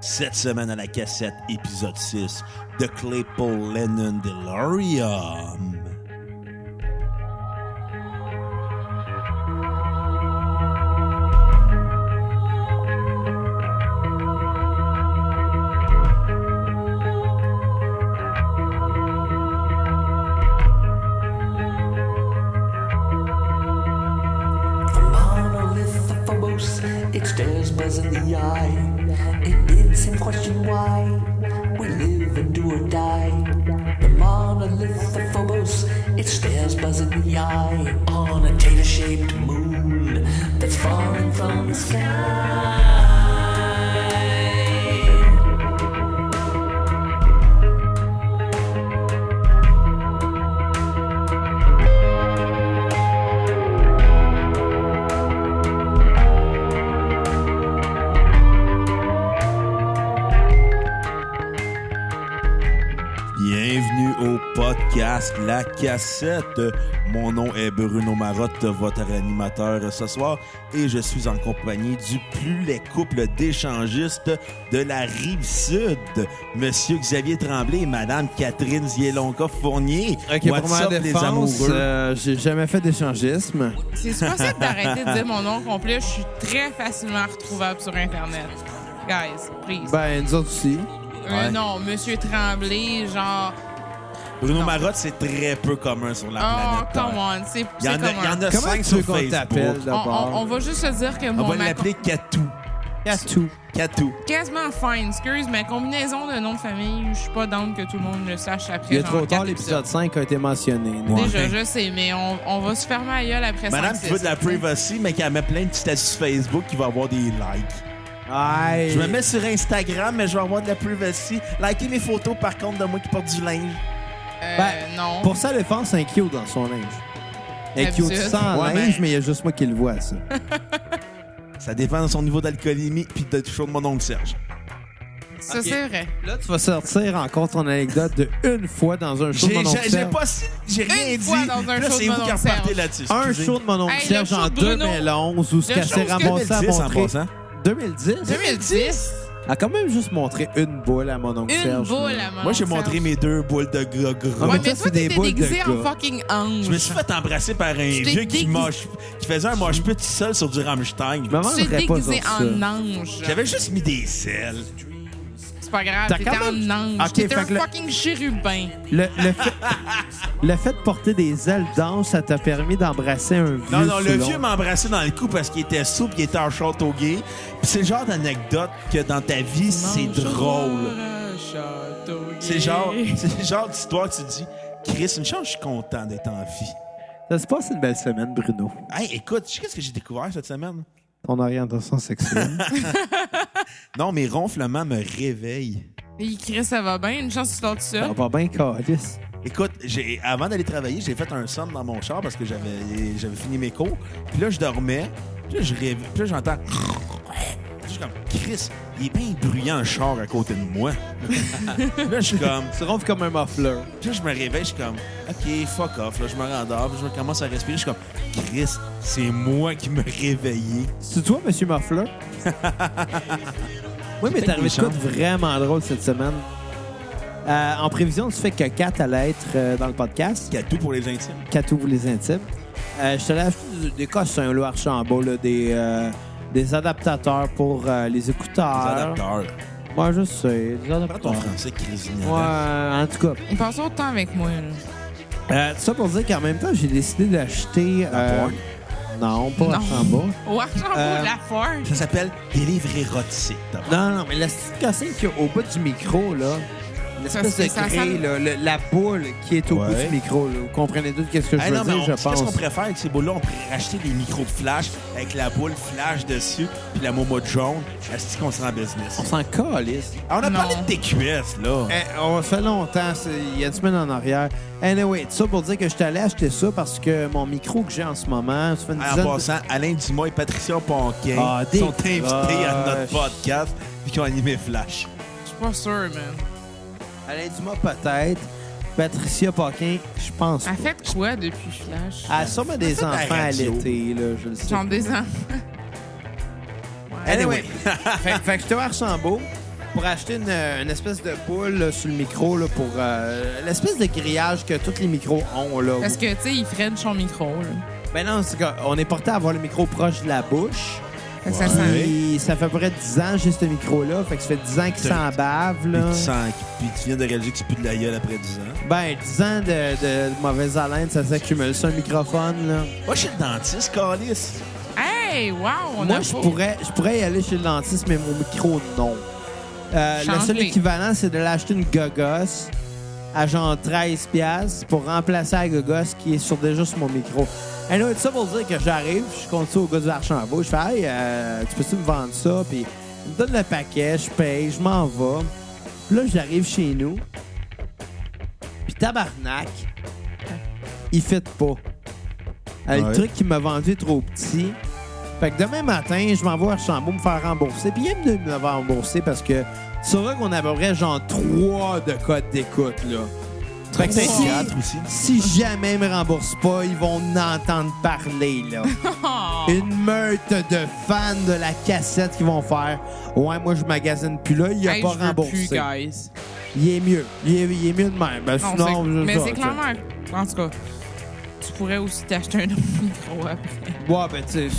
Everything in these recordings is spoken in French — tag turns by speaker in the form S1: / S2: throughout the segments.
S1: Cette semaine à la cassette, épisode 6 de Claypool Lennon Delorium.
S2: The monolith of Phobos, it stares us in the eye. It bids him question why we live and do or die. The monolith of Phobos, it stares us in the eye. On a tater shaped moon that's falling from the sky.
S1: Bienvenue au podcast La Cassette. Mon nom est Bruno Marotte, votre animateur ce soir, et je suis en compagnie du plus les couples d'échangistes de la rive sud, Monsieur Xavier Tremblay et Madame Catherine Zielonka Fournier.
S3: Ok, pour
S1: What's
S3: ma
S1: up, les
S3: défense,
S1: amoureux?
S3: euh, j'ai jamais fait d'échangisme.
S4: C'est super simple d'arrêter de dire mon nom complet. Je suis très facilement retrouvable sur Internet. Guys, please.
S3: Ben, nous autres aussi.
S4: Euh,
S1: ouais.
S4: non, Monsieur Tremblay, genre...
S1: Bruno Marotte, c'est très peu commun sur
S3: Ah,
S1: la
S4: Oh,
S1: planète. Terre.
S4: come on, c'est
S1: Il y en
S4: c'est
S1: a, il y en
S4: commun.
S1: a
S3: Comment
S1: cinq
S3: tu veux
S1: sur
S3: qu'on t'appelle
S1: Facebook.
S4: On, on- on
S3: d'abord?
S4: va juste se dire que
S1: On
S4: mon...
S1: va
S4: ma-
S1: l'appeler Catou.
S3: Catou.
S1: Catou.
S4: Quasiment fine, excuse, mais combinaison de nom de famille, je suis pas down que tout le monde le sache après.
S3: Il y a
S4: genre,
S3: trop
S4: quatre
S3: tard, l'épisode 5 a été mentionné.
S4: épisodes.
S3: Ouais.
S4: Déjà, je sais, mais on, on va se fermer à gueule après
S1: Madame
S4: cinq,
S1: qui veut de la
S4: six.
S1: privacy, mais qui a met plein de statuts Facebook qui va avoir des likes.
S3: Aïe.
S1: Je me mets sur Instagram, mais je vais avoir de la privacy. Likez mes photos, par contre, de moi qui porte du linge.
S4: Euh,
S3: Ben,
S4: non.
S3: Pour ça, défense, c'est un Q dans son linge. Un Q
S4: D'habitude.
S3: sans
S1: Ouais,
S3: linge,
S1: mais-
S3: mais il y a juste moi qui le vois, ça.
S1: Ça dépend de son niveau d'alcoolémie puis de toujours de mon oncle Serge.
S4: Ça,
S3: ok.
S4: c'est vrai.
S3: Là, tu vas sortir encore ton anecdote de une fois dans un show de
S1: J'ai
S3: mon oncle
S1: j'ai- j'ai
S3: Serge.
S1: pas si- j'ai rien
S4: Une
S1: dit.
S4: fois dans un
S1: là,
S4: show
S1: c'est
S4: de
S1: vous qui
S4: mon oncle
S1: repartez
S4: Serge.
S1: là-dessus.
S3: Un
S1: Excusez.
S3: show de mon oncle
S4: Hey, le
S3: Serge
S4: show
S3: en
S4: de Bruno.
S3: 2011 où ce
S4: Le
S3: qu'elle
S4: show
S3: s'est
S4: de
S3: ramassée à
S1: 2010 en
S3: montrer.
S1: passant.
S3: 2010?
S4: 2010,
S3: Elle a quand même juste montré une boule à mon oncle
S4: une
S3: Serge.
S4: boule
S3: là.
S4: à mon
S1: Moi, j'ai
S4: oncle
S1: montré
S4: Serge.
S1: mes deux boules de gras gras.
S3: Ah,
S4: Ouais,
S3: mais
S4: mais
S3: toi,
S4: toi,
S3: c'est des
S4: t'étais
S3: boules de
S4: déguisé en
S3: gars.
S4: fucking ange.
S1: Je me suis fait embrasser par un
S4: Je t'ai
S1: vieux qui,
S4: déguisé.
S1: moche, qui faisait un moche pit tout seul sur du Rammstein.
S3: Je me
S4: Tu t'es
S3: demanderais pas
S4: déguisé
S3: sur ça.
S4: en ange.
S1: J'avais juste mis des selles.
S4: C'est pas grave,
S3: T'as
S4: t'étais
S3: quand même-
S4: en ange.
S3: Ok,
S4: t'étais
S3: fait
S4: un
S3: que le-
S4: fucking chérubin.
S3: Le, le fait, le fait de porter des ailes d'ange, ça t'a permis d'embrasser un vieux.
S1: Non, non, le
S3: selon-
S1: vieux m'a embrassé dans le cou parce qu'il était souple, il était en château gay. Puis c'est le genre d'anecdote que dans ta vie, c'est drôle. C'est genre, c'est le genre d'histoire que tu te dis, Chris, une chance, je suis content d'être en vie.
S3: Ça se passe une belle semaine, Bruno.
S1: Hey, écoute, tu sais qu'est-ce que j'ai découvert cette semaine?
S3: Ton orientation sexuelle.
S1: Non, mes ronflements me réveillent.
S4: Il crie, ça va bien, une chance que tu sors tout
S3: Ça
S4: seul.
S3: va bien, Calice.
S1: Écoute, j'ai, avant d'aller travailler, j'ai fait un somme dans mon char parce que j'avais, j'avais fini mes cours. Puis là, je dormais. Puis là, je rêve, puis là, j'entends. Je suis comme, Chris, il est bien bruyant un char à côté de moi. là, je suis comme.
S3: Tu ronfles comme un muffler.
S1: Puis là, je me réveille, je suis comme, OK, fuck off. Là, je me rendors, puis je commence à respirer. Je suis comme, Chris, c'est moi qui me réveillais.
S3: C'est toi, Monsieur Muffler? oui, mais t'es arrivé de quoi de vraiment drôle cette semaine? Euh, en prévision du fait que Kat allait être euh, dans le podcast,
S1: Il y a tout pour les intimes.
S3: Katou vous les intimes, euh, je te l'ai acheté des- des cossins, là, Archambault, là, des, euh, des adaptateurs pour euh, les
S1: Les
S3: écouteurs.
S1: adapteurs.
S3: Moi, je sais. Des
S1: Prends
S3: adaptateurs.
S1: ton français, Chris.
S3: Ouais, en tout cas.
S4: Il passe autant avec moi. là.
S3: Euh, tout ça pour dire qu'en même temps, j'ai décidé d'acheter. euh,
S1: porn.
S3: non, pas
S4: Non.
S3: Archambault.
S4: Au Archambault,
S3: Euh,
S4: la forge.
S1: Ça s'appelle des livres érotiques. d'abord.
S3: Non, non, mais la petite cassine qu'il y a au bout du micro, là.
S4: Parce
S3: L'espèce
S4: que
S3: de
S4: ça
S3: grille,
S4: sent-
S3: là, le- la boule qui est au bout
S1: Ouais.
S3: du micro, là. Vous comprenez tout ce que je
S1: Hey,
S3: veux
S1: non, mais
S3: dire,
S1: on-
S3: je pense.
S1: qu'est-ce qu'on pourrait faire avec ces boules-là? On pourrait racheter des micros de flash avec la boule flash dessus, puis la momo de jaune. Est-ce qu'on sera en business?
S3: On s'en calisse.
S1: Ah, on a
S4: Non.
S1: parlé de TQS, là.
S3: Eh, on fait longtemps, c'est- il y a une semaine en arrière. Anyway, tout ça pour dire que je t'allais acheter ça parce que mon micro que j'ai en ce moment, ça fait une
S1: En
S3: dizaine de-
S1: passant, Alain Dumas et Patricia Ponquin
S3: Ah, des
S1: sont invités à notre
S3: cloches.
S1: podcast puis qui ont animé Flash.
S4: Je suis pas sûre, man.
S3: Alain Dumas, peut-être. Patricia Paquin, je pense.
S4: Elle
S3: pas.
S4: fait quoi depuis Flash?
S3: Elle a Ah, sûrement
S1: fait
S3: des
S1: de la
S3: enfants à
S1: radio.
S3: l'été, là, je le sais.
S4: J'en des enfants.
S3: Anyway, fait, fait que je te vois Archambault. pour acheter une, une espèce de boule là, sur le micro là, pour euh, l'espèce de grillage que tous les micros ont. Là.
S4: Parce que, tu sais, il freine son micro. là.
S3: Ben non, c'est qu'on est porté à avoir le micro proche de la bouche.
S4: Fait que ça
S1: Ouais.
S4: sent.
S3: Puis ça fait à peu près 10 ans, juste ce micro-là. Fait que ça fait 10 ans qu'il s'en bave.
S1: Puis
S3: Là.
S1: tu, sens- puis tu viens de réaliser que c'est plus de la gueule après 10 ans.
S3: Ben, 10 ans de, de mauvaise haleine, ça s'accumule sur un microphone. Là.
S1: Moi, je suis le dentiste, Calice.
S4: Hey, wow, on
S3: Moi,
S4: a
S3: je
S4: pas-
S3: pourrais, je pourrais y aller chez le dentiste, mais mon micro, non. Euh, le
S4: Change-les.
S3: seul équivalent, c'est de l'acheter une gogosse à genre 13$ piastres pour remplacer la gogosse qui est sur déjà sur mon micro. Et là, tout ça pour dire que j'arrive, je compte ça au gars du Archambault. Je fais, hey, euh, tu peux-tu me vendre ça? Puis il me donne le paquet, je paye, je m'en vais. Puis là, j'arrive chez nous. Puis tabarnak, il fit pas. Euh,
S1: Ouais.
S3: Le truc qu'il m'a vendu est trop petit. Fait que demain matin, je m'envoie à Archambault me faire rembourser. Puis il aime de me l'avoir remboursé parce que tu sauras qu'on a à peu près genre trois de codes d'écoute, là. Fait que si,
S1: aussi.
S3: si jamais ils me remboursent pas, ils vont en entendre parler, là.
S4: Oh.
S3: Une meute de fans de la cassette qui vont faire « Ouais, moi, je magasine plus là, il a
S4: Hey,
S3: pas
S4: je veux Plus,
S3: remboursé.
S4: guys.
S3: il est mieux. Il est, il est mieux de même. Ben,
S4: Non,
S3: sinon,
S4: c'est-
S3: je-
S4: mais
S3: ça,
S4: c'est
S3: ça.
S4: clairement. En tout cas, tu pourrais aussi t'acheter un autre micro après.
S3: Ouais, ben, tu sais,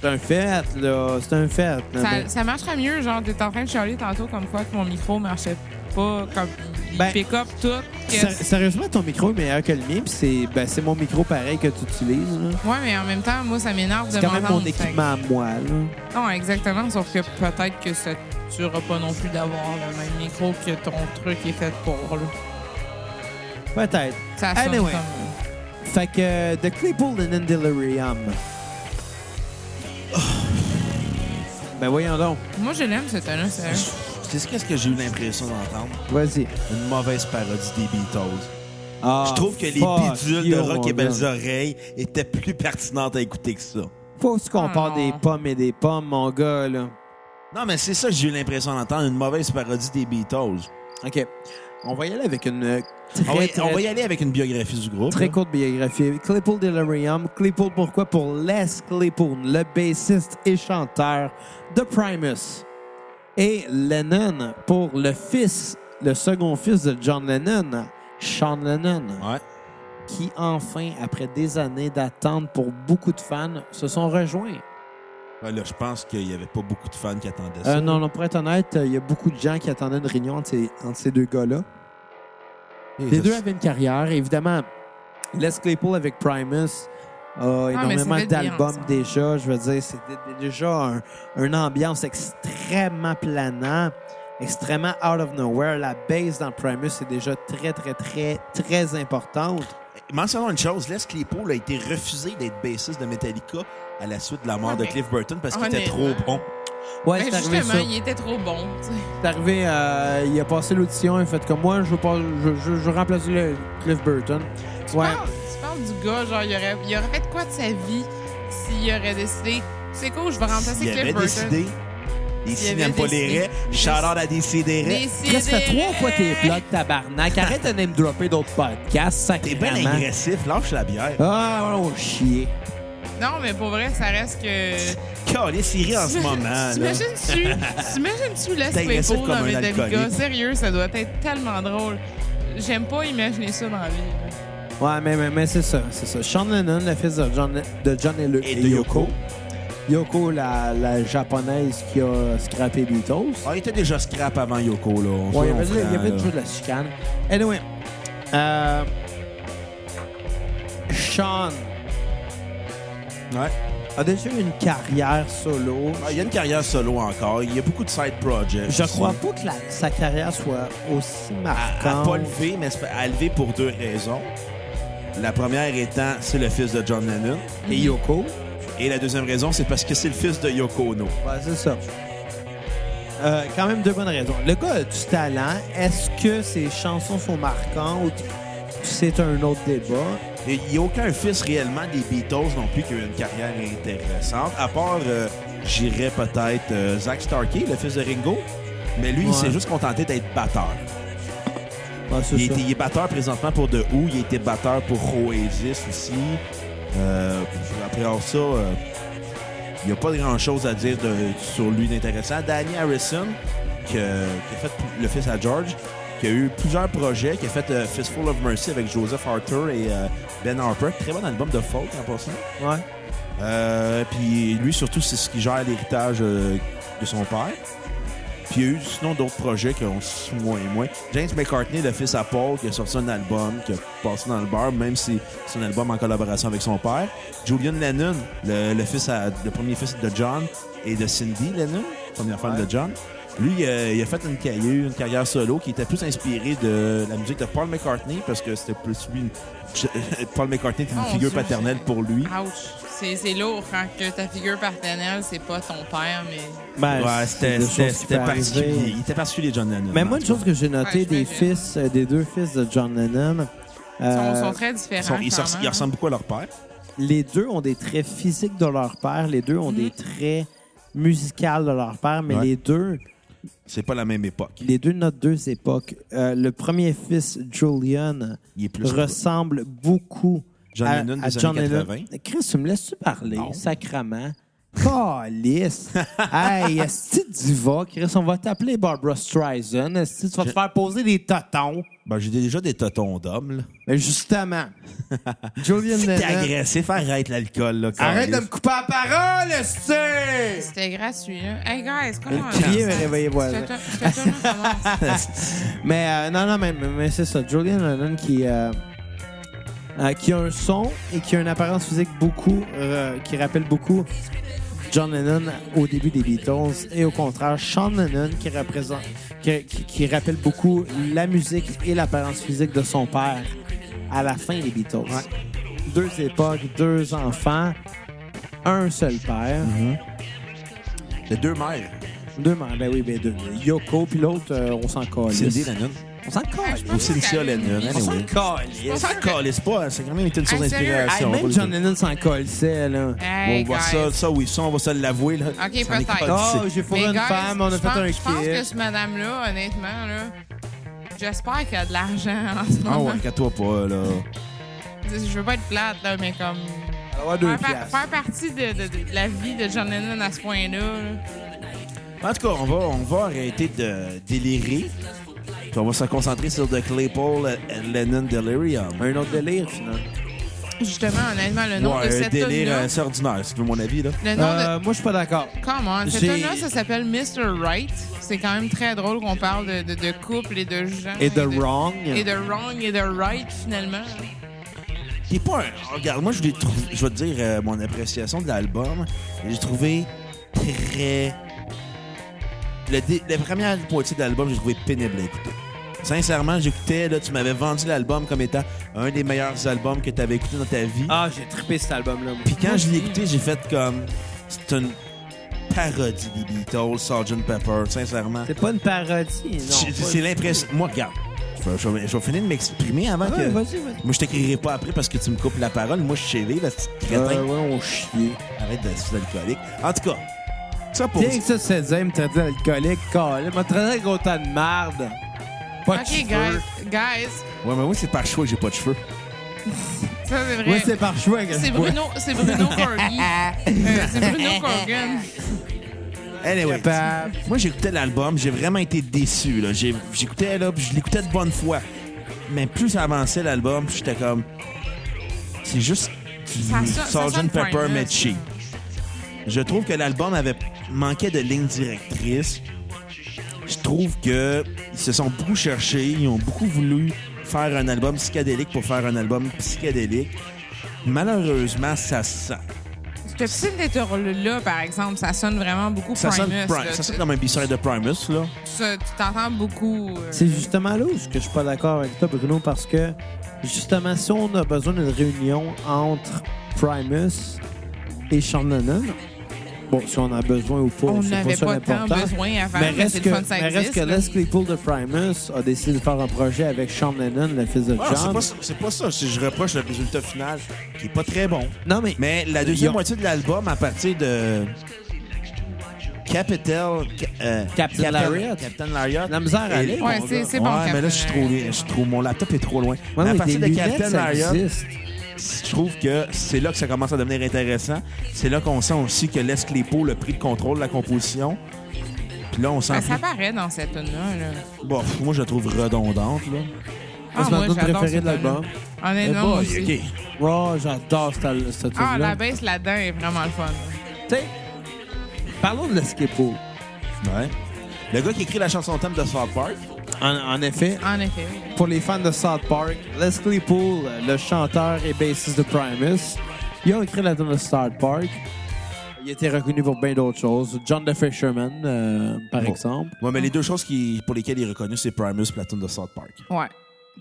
S3: c'est un fait, là. C'est un fait. là.
S4: Ça,
S3: Ben,
S4: ça marcherait mieux, genre, t'es en train de chialer tantôt comme quoi que mon micro marchait pas, comme il
S3: Ben,
S4: pick-up tout. que-
S3: ser- Sérieusement, ton micro est meilleur que le mien, puis c'est ben, c'est mon micro pareil que tu utilises. là.
S4: Ouais, mais en même temps, moi, ça m'énerve de
S3: C'est quand même mon
S4: m'entendre, fait que-
S3: équipement à moi. Là.
S4: Non, exactement, sauf que peut-être que ça te tuera pas non plus d'avoir le même micro que ton truc est fait pour, là.
S3: Peut-être.
S4: Ça sonne
S3: Anyway.
S4: comme...
S3: Fait que euh, The Claypool and Delirium. Ben voyons donc.
S4: Moi, je l'aime, ce temps-là, sérieux.
S1: Tu sais ce que j'ai eu l'impression d'entendre?
S3: Vas-y.
S1: Une mauvaise parodie des Beatles.
S3: Ah,
S1: Je trouve que les
S3: fuck
S1: bidules de
S3: you,
S1: Rock
S3: mon
S1: et Belles
S3: gars.
S1: Oreilles étaient plus pertinentes à écouter que ça.
S3: Faut se qu'on parle
S4: Ah,
S3: des
S4: non.
S3: pommes et des pommes, mon gars, là.
S1: Non, mais c'est ça que j'ai eu l'impression d'entendre, une mauvaise parodie des Beatles.
S3: OK. On va y aller avec une euh,
S1: On va,
S3: très,
S1: Ah on va
S3: très,
S1: y aller avec une biographie du groupe.
S3: très
S1: là.
S3: courte biographie. Claypool Delirium. Claypool, pourquoi? Pour Les Claypool, le bassiste et chanteur de Primus. Et Lennon pour le fils, le second fils de John Lennon, Sean Lennon.
S1: Ouais.
S3: qui enfin, après des années d'attente pour beaucoup de fans, se sont rejoints.
S1: Ouais, là, je pense qu'il n'y avait pas beaucoup de fans qui attendaient ça.
S3: Euh, non, non, pour être honnête, euh, il y a beaucoup de gens qui attendaient une réunion entre ces, entre ces deux gars-là.
S1: Et
S3: Les
S1: ça,
S3: deux
S1: c'est-
S3: avaient une carrière. Évidemment, Les Claypool avec Primus a
S4: Ah, mais ça
S3: énormément
S4: fait bien
S3: d'albums
S4: ensemble.
S3: déjà. Je veux dire, c'est d- d- déjà un- une ambiance extrêmement planant, extrêmement out of nowhere. La base dans Primus est déjà très, très, très, très importante.
S1: Mentionnons une chose, Les Claypool a été refusé d'être bassiste de Metallica à la suite de la mort
S4: Ouais,
S1: de
S4: mais-
S1: Cliff Burton parce qu'il était trop
S4: Honnêtement.
S1: bon.
S3: Ouais,
S4: Mais
S3: c'est arrivé ça.
S4: Ben, justement, il était trop bon, tu sais.
S3: C'est arrivé, euh, il a passé l'audition, il a fait comme moi, je veux pas, je, je, je veux remplacer le Cliff Burton. Ouais.
S4: parles- tu parles du gars, genre, il aurait, il aurait fait quoi de sa vie s'il aurait décidé, c'est quoi, je vais remplacer
S1: Il avait
S4: Cliff Burton?
S1: décidé. Ici,
S4: avait
S1: n'aime pas les
S4: décidé.
S1: raies. Shout out à Décideret.
S4: Décidé.
S3: Chris, fait trois fois tes vlogs, tabarnak. Arrête de name dropper d'autres podcasts,
S1: T'es bien
S3: sacrément.
S1: agressif, lâche la bière.
S3: Ah, on chier.
S4: Non, mais pour vrai, ça reste que...
S1: Calisse, il rit en ce moment. là.
S4: T'imagines-tu, t'imagines-tu Les
S1: T'es agressif
S4: Claypool dans
S1: comme un
S4: Metallica?
S1: alcoolique.
S4: Sérieux, ça doit être tellement drôle. J'aime pas imaginer ça dans la vie. là.
S3: Ouais, mais, mais, mais c'est ça, c'est ça. Sean Lennon, le fils de John, de John et, le-
S1: Et de Yoko.
S3: Yoko, la, la japonaise qui a scrappé Beatles.
S1: Ah, il était déjà scrap avant Yoko, là. On
S3: Ouais, il y
S1: soit
S3: avait,
S1: franc,
S3: de- il y avait
S1: là.
S3: toujours de la chicane. Anyway, euh, Sean
S1: euh, Ouais.
S3: a déjà eu une carrière solo.
S1: Ah, Il y a une carrière solo encore. Il y a beaucoup de side projects.
S3: Je
S1: aussi.
S3: crois pas que la- sa carrière soit aussi
S1: À, à
S3: marquante.
S1: pas lever, mais c'est pas- à lever pour deux raisons. La première étant, c'est le fils de John Lennon.
S3: et Yoko.
S1: Et la deuxième raison, c'est parce que c'est le fils de Yoko Ono.
S3: Ouais, c'est ça. Euh, quand même deux bonnes raisons. Le gars a du talent. Est-ce que ses chansons sont marquantes? C'est un autre débat.
S1: Et Il n'y a aucun fils réellement des Beatles non plus qui a eu une carrière intéressante, à part, euh, j'irais peut-être euh, Zach Starkey, le fils de Ringo. Mais lui,
S3: Ouais.
S1: il s'est juste contenté d'être batteur.
S3: Ouais, c'est
S1: Il,
S3: ça.
S1: était- il est batteur présentement pour The Who, il était batteur pour Oasis aussi. Euh, après ça, euh, il n'y a pas grand-chose à dire de- sur lui d'intéressant. Danny Harrison, euh, qui a fait le fils à George, qui a eu plusieurs projets, qui a fait euh, Fistful of Mercy avec Joseph Arthur et euh, Ben Harper. Très bon album de folk en passant.
S3: Ouais.
S1: Euh, puis lui, surtout, c'est ce qui gère l'héritage euh, de son père. Puis il y a eu sinon d'autres projets qui ont su moins et moins. James McCartney, le fils à Paul, qui a sorti un album, qui a passé dans le bar, même si c'est un album en collaboration avec son père. Julian Lennon, le, le fils à- le premier fils de John et de Cindy Lennon, première femme
S3: Ouais.
S1: de John. Lui, euh, il a fait une, ca- il a eu une carrière solo qui était plus inspirée de la musique de Paul McCartney parce que c'était plus lui. une- Paul McCartney était une
S4: Ah, Mon
S1: figure
S4: Dieu, Ah,
S1: paternelle pour lui.
S4: Ouch. C'est c'est lourd quand que ta figure paternelle, c'est pas ton père, mais.
S3: Ben,
S1: Ouais, c'était-
S3: c'est
S1: c'était
S3: des choses qui
S1: c'était
S3: peuvent
S1: particulier.
S3: arriver.
S1: Il était particulier, John Lennon.
S3: Mais moi, une chose que j'ai notée
S4: Ouais,
S3: des
S4: j'imagine.
S3: fils, euh, des deux fils de John Lennon,
S4: Ils
S3: euh,
S4: sont, sont très différents.
S1: Ils, sont- ils
S4: quand
S1: se res-
S4: même,
S1: ils
S4: hein.
S1: ressemblent beaucoup à leur père.
S3: les deux ont des traits physiques de leur père, les deux ont
S4: Mhm.
S3: des traits musicaux de leur père, mais
S1: Ouais.
S3: les deux,
S1: C'est pas la même époque.
S3: les deux notent deux époques. Euh, le premier fils, Julian,
S1: Il est plus.
S3: ressemble beaucoup
S1: John
S3: à,
S1: Lennon
S3: à
S1: des
S3: John
S1: années
S3: Lennon.
S1: 80.
S3: Chris, tu me laisses-tu parler,
S1: Non.
S3: sacrament? Calice! hey, est-ce que tu vas, Chris? On va t'appeler Barbara Streisand. Est-ce que tu vas te faire poser des totons?
S1: Ben, j'ai déjà des totons d'hommes. là.
S3: Mais justement, Julian
S1: T'es
S3: Lennon...
S1: agressif, arrête l'alcool. là,
S3: Arrête de
S1: câlisse.
S3: me couper la parole, est-ce
S4: C'était gratuit, là. Hey, guys, comment.
S3: crier me réveillait
S4: moi.
S3: voisin. Mais euh, non, non, mais, mais- mais c'est ça. Julian Lennon qui, euh, euh, qui a un son et qui a une apparence physique beaucoup, euh, qui rappelle beaucoup John Lennon au début des Beatles et au contraire Sean Lennon qui représente, qui, qui- qui rappelle beaucoup la musique et l'apparence physique de son père à la fin des Beatles. Deux époques, deux enfants, un seul père.
S1: J'ai deux mères.
S3: Deux mères, ben oui, ben deux. Yoko, puis l'autre, euh, on s'en colle.
S1: Cindy Lennon.
S3: On s'en colle.
S1: Ou Cynthia Lennon.
S4: On
S3: On
S1: anyway.
S3: s'en colle.
S1: Ça calisse pas. hein. C'est quand même été une source
S4: Hey, sérieux?
S3: Hey,
S1: d'inspiration.
S3: même John Lennon s'en colissait, là.
S1: On
S4: Hey,
S1: va
S4: guys.
S1: ça, ça, oui, ça, on va se l'avouer. là.
S4: Ok,
S1: Ça en est
S4: peut-être.
S1: calissé.
S3: Oh, j'ai fourré
S4: Mais
S3: une
S4: guys,
S3: femme, on a
S4: je
S3: fait
S4: pense-
S3: un
S4: Je pense que
S3: kit.
S4: cette madame-là, honnêtement, là, j'espère qu'elle a de l'argent en ce
S1: Ah
S4: moment.
S1: ouais, qu'à-toi pas, là.
S4: Je veux pas être plate, là, mais comme.
S3: Elle va avoir deux
S4: Faire, par-
S3: piastres.
S4: faire partie de, de- de la vie de John Lennon à ce point-là. là.
S1: En tout cas, on va, on va arrêter de délirer. Puis on va se concentrer sur The Claypool and Lennon Delirium.
S3: Un autre délire, finalement.
S4: Justement, honnêtement, le nom
S1: Ouais,
S4: de
S1: un
S4: cette
S1: euh, délire hein.
S4: tune-là.
S1: assez ordinaire, c'est mon avis. Là.
S4: Le nom de.
S3: Euh, Moi, je suis pas d'accord.
S4: Come on, cette
S3: J'ai-
S4: tune-là, ça s'appelle Mr. Right. C'est quand même très drôle qu'on parle de, de, de couple et de gens.
S3: Et de wrong.
S4: Et de wrong et de right, finalement.
S1: T'es pas un- oh, Regarde, moi, je l'ai trouvé. Je vais te dire euh, mon appréciation de l'album. J'ai trouvé très. Le, dé- la première moitié de l'album, j'ai trouvé pénible à écouter. Sincèrement, j'écoutais, là, tu m'avais vendu l'album comme étant un des meilleurs albums que t'avais écouté dans ta vie.
S3: Ah, j'ai trippé cet album-là. moi.
S1: Puis quand je l'ai écouté, j'ai fait comme. C'est une parodie des Beatles, Sgt. Pepper, sincèrement.
S3: C'est pas une parodie, non. Euh,
S1: C'est
S3: pas-
S1: c'est l'impression. Moi, regarde. Je vais, je vais- je vais finir de m'exprimer avant
S3: Ouais,
S1: que.
S3: vas-y, vas-y.
S1: Moi, je t'écrirai pas après parce que tu me coupes la parole. Moi, je suis chez la petite crétin.
S3: Euh, ouais, on chie.
S1: Arrête d'être sous alcoolique. En tout cas, ça pour.
S3: Tiens que ça, c'est dire, me traiter d'alcoolique, calé. M'a traité avec autant de merde. Pas de
S4: ok,
S3: cheveux.
S4: guys. Guys,
S1: Ouais, mais moi, c'est par choix que j'ai pas de cheveux.
S4: ça, c'est vrai.
S3: Moi, c'est par choix que
S4: c'est
S3: je bois.
S4: Bruno, c'est Bruno Corgi. Euh, c'est Bruno Corgan.
S1: Anyway.
S3: Capable.
S1: Moi, j'écoutais l'album, j'ai vraiment été déçu. là. J'ai- J'écoutais, là, puis je l'écoutais de bonne foi. Mais plus ça avançait l'album, puis j'étais comme. C'est juste du
S4: Ça sonne- ça
S1: Sgt.
S4: sonne
S1: Pepper,
S4: pointless.
S1: mais cheap. Je trouve que l'album avait manquait de lignes directrices. Je trouve que ils se sont beaucoup cherchés, ils ont beaucoup voulu faire un album psychédélique pour faire un album psychédélique. Malheureusement, ça se sent.
S4: Ce petit détour-là, par exemple, ça sonne vraiment beaucoup
S1: Ça sonne,
S4: Primus.
S1: Prim-
S4: là.
S1: ça sonne
S4: Tu-
S1: comme un b de Primus, là.
S4: ça, tu t'entends beaucoup. euh,
S3: C'est justement là où est-ce que je suis pas d'accord avec toi, Bruno, parce que justement, si on a besoin d'une réunion entre Primus et Sean Lennon, bon, si on a besoin ou pas,
S4: On
S3: c'est
S4: n'avait
S3: pas ça
S4: pas tant
S3: l'important.
S4: besoin avant,
S3: Mais
S4: mais
S3: reste
S4: c'est le
S3: que,
S4: fun, ça
S3: mais reste
S4: existe,
S3: que
S4: là.
S3: Les Claypool de Primus a décidé de faire un projet avec Sean Lennon, le fils de
S1: Ah, c'est
S3: John.
S1: pas, ça- c'est pas ça. Si je reproche le résultat final, qui est pas très bon.
S3: Non, mais,
S1: Mais la deuxième
S3: Yo.
S1: moitié de l'album, à partir de Capital, Ca- euh,
S3: Captain
S1: Captain-
S3: Lariat.
S1: Captain Lariat.
S3: la misère à
S1: Et-
S3: aller.
S4: Ouais,
S3: mon
S4: c'est-
S3: gars.
S4: c'est bon,
S1: ouais, mais là, je suis
S4: Captain
S1: trop,
S4: Lariat.
S1: je suis trop, mon laptop est trop loin.
S3: Ouais,
S1: mais à
S3: mais
S1: partir
S3: des
S1: de
S3: lunettes,
S1: Captain
S3: ça
S1: Lariat,
S3: existe.
S4: Ah,
S1: je trouve que c'est là que ça commence à devenir intéressant. C'est là qu'on sent aussi que Les Claypool a pris le contrôle de la composition. Puis là, on sent
S4: Ben,
S1: plus...
S4: ça paraît dans cette tune-là. là.
S1: Bon, pff, moi, je la trouve redondante, là.
S3: Ah, c'est ma tune
S4: j'adore
S3: préférée
S4: cette
S3: de l'album.
S4: tune-là. Honnêtement,
S3: Eh boy,
S4: moi
S1: Hey,
S4: aussi.
S1: OK.
S3: Oh, j'adore cette, cette
S4: Ah, la
S3: tune-là.
S4: baisse là-dedans est vraiment le fun.
S3: Tu sais, parlons de l'Escapo.
S1: Ouais. Le gars qui écrit la chanson thème de South Park,
S3: En, en effet,
S4: En effet.
S3: pour les fans de South Park, Les Claypool, le chanteur et bassiste de Primus, il a écrit la tune de South Park. Il était reconnu pour bien d'autres choses. John the Fisherman, euh, par
S1: Bon.
S3: exemple.
S1: ouais, mais les deux choses qui, pour lesquelles il est reconnu, c'est Primus et la tune de South Park.
S4: Ouais.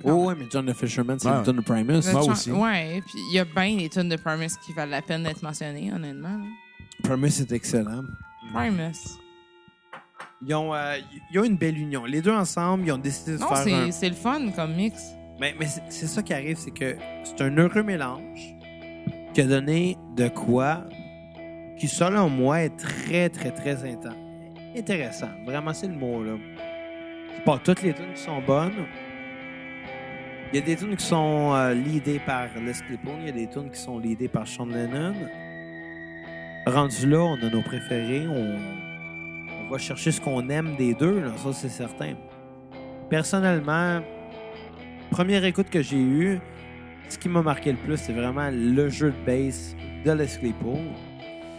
S3: Oh, ouais, mais John the Fisherman, c'est
S1: Ouais.
S3: une tune de Primus.
S4: Le
S1: Moi
S4: chan-
S1: aussi.
S4: Ouais, puis il y a bien des tunes de Primus qui valent la peine d'être mentionnées, honnêtement.
S3: Mm.
S4: là.
S3: Primus est excellent.
S4: Primus.
S3: Ils ont, euh, ils ont une belle union. Les deux ensemble, ils ont décidé de
S4: Non,
S3: faire un...
S4: c'est- c'est le fun comme mix.
S3: Mais, mais c'est- c'est ça qui arrive, c'est que c'est un heureux mélange qui a donné de quoi qui, selon moi, est très, très, très inten- intéressant. Vraiment, c'est le mot, là. C'est pas toutes les tunes qui sont bonnes. Il y a des tunes qui sont euh, leadées par Les Claypool, il y a des tunes qui sont leadées par Sean Lennon. Rendu là, on a nos préférés, on, on va chercher ce qu'on aime des deux, là, ça c'est certain. Personnellement, première écoute que j'ai eue, ce qui m'a marqué le plus, c'est vraiment le jeu de bass de Les Claypool.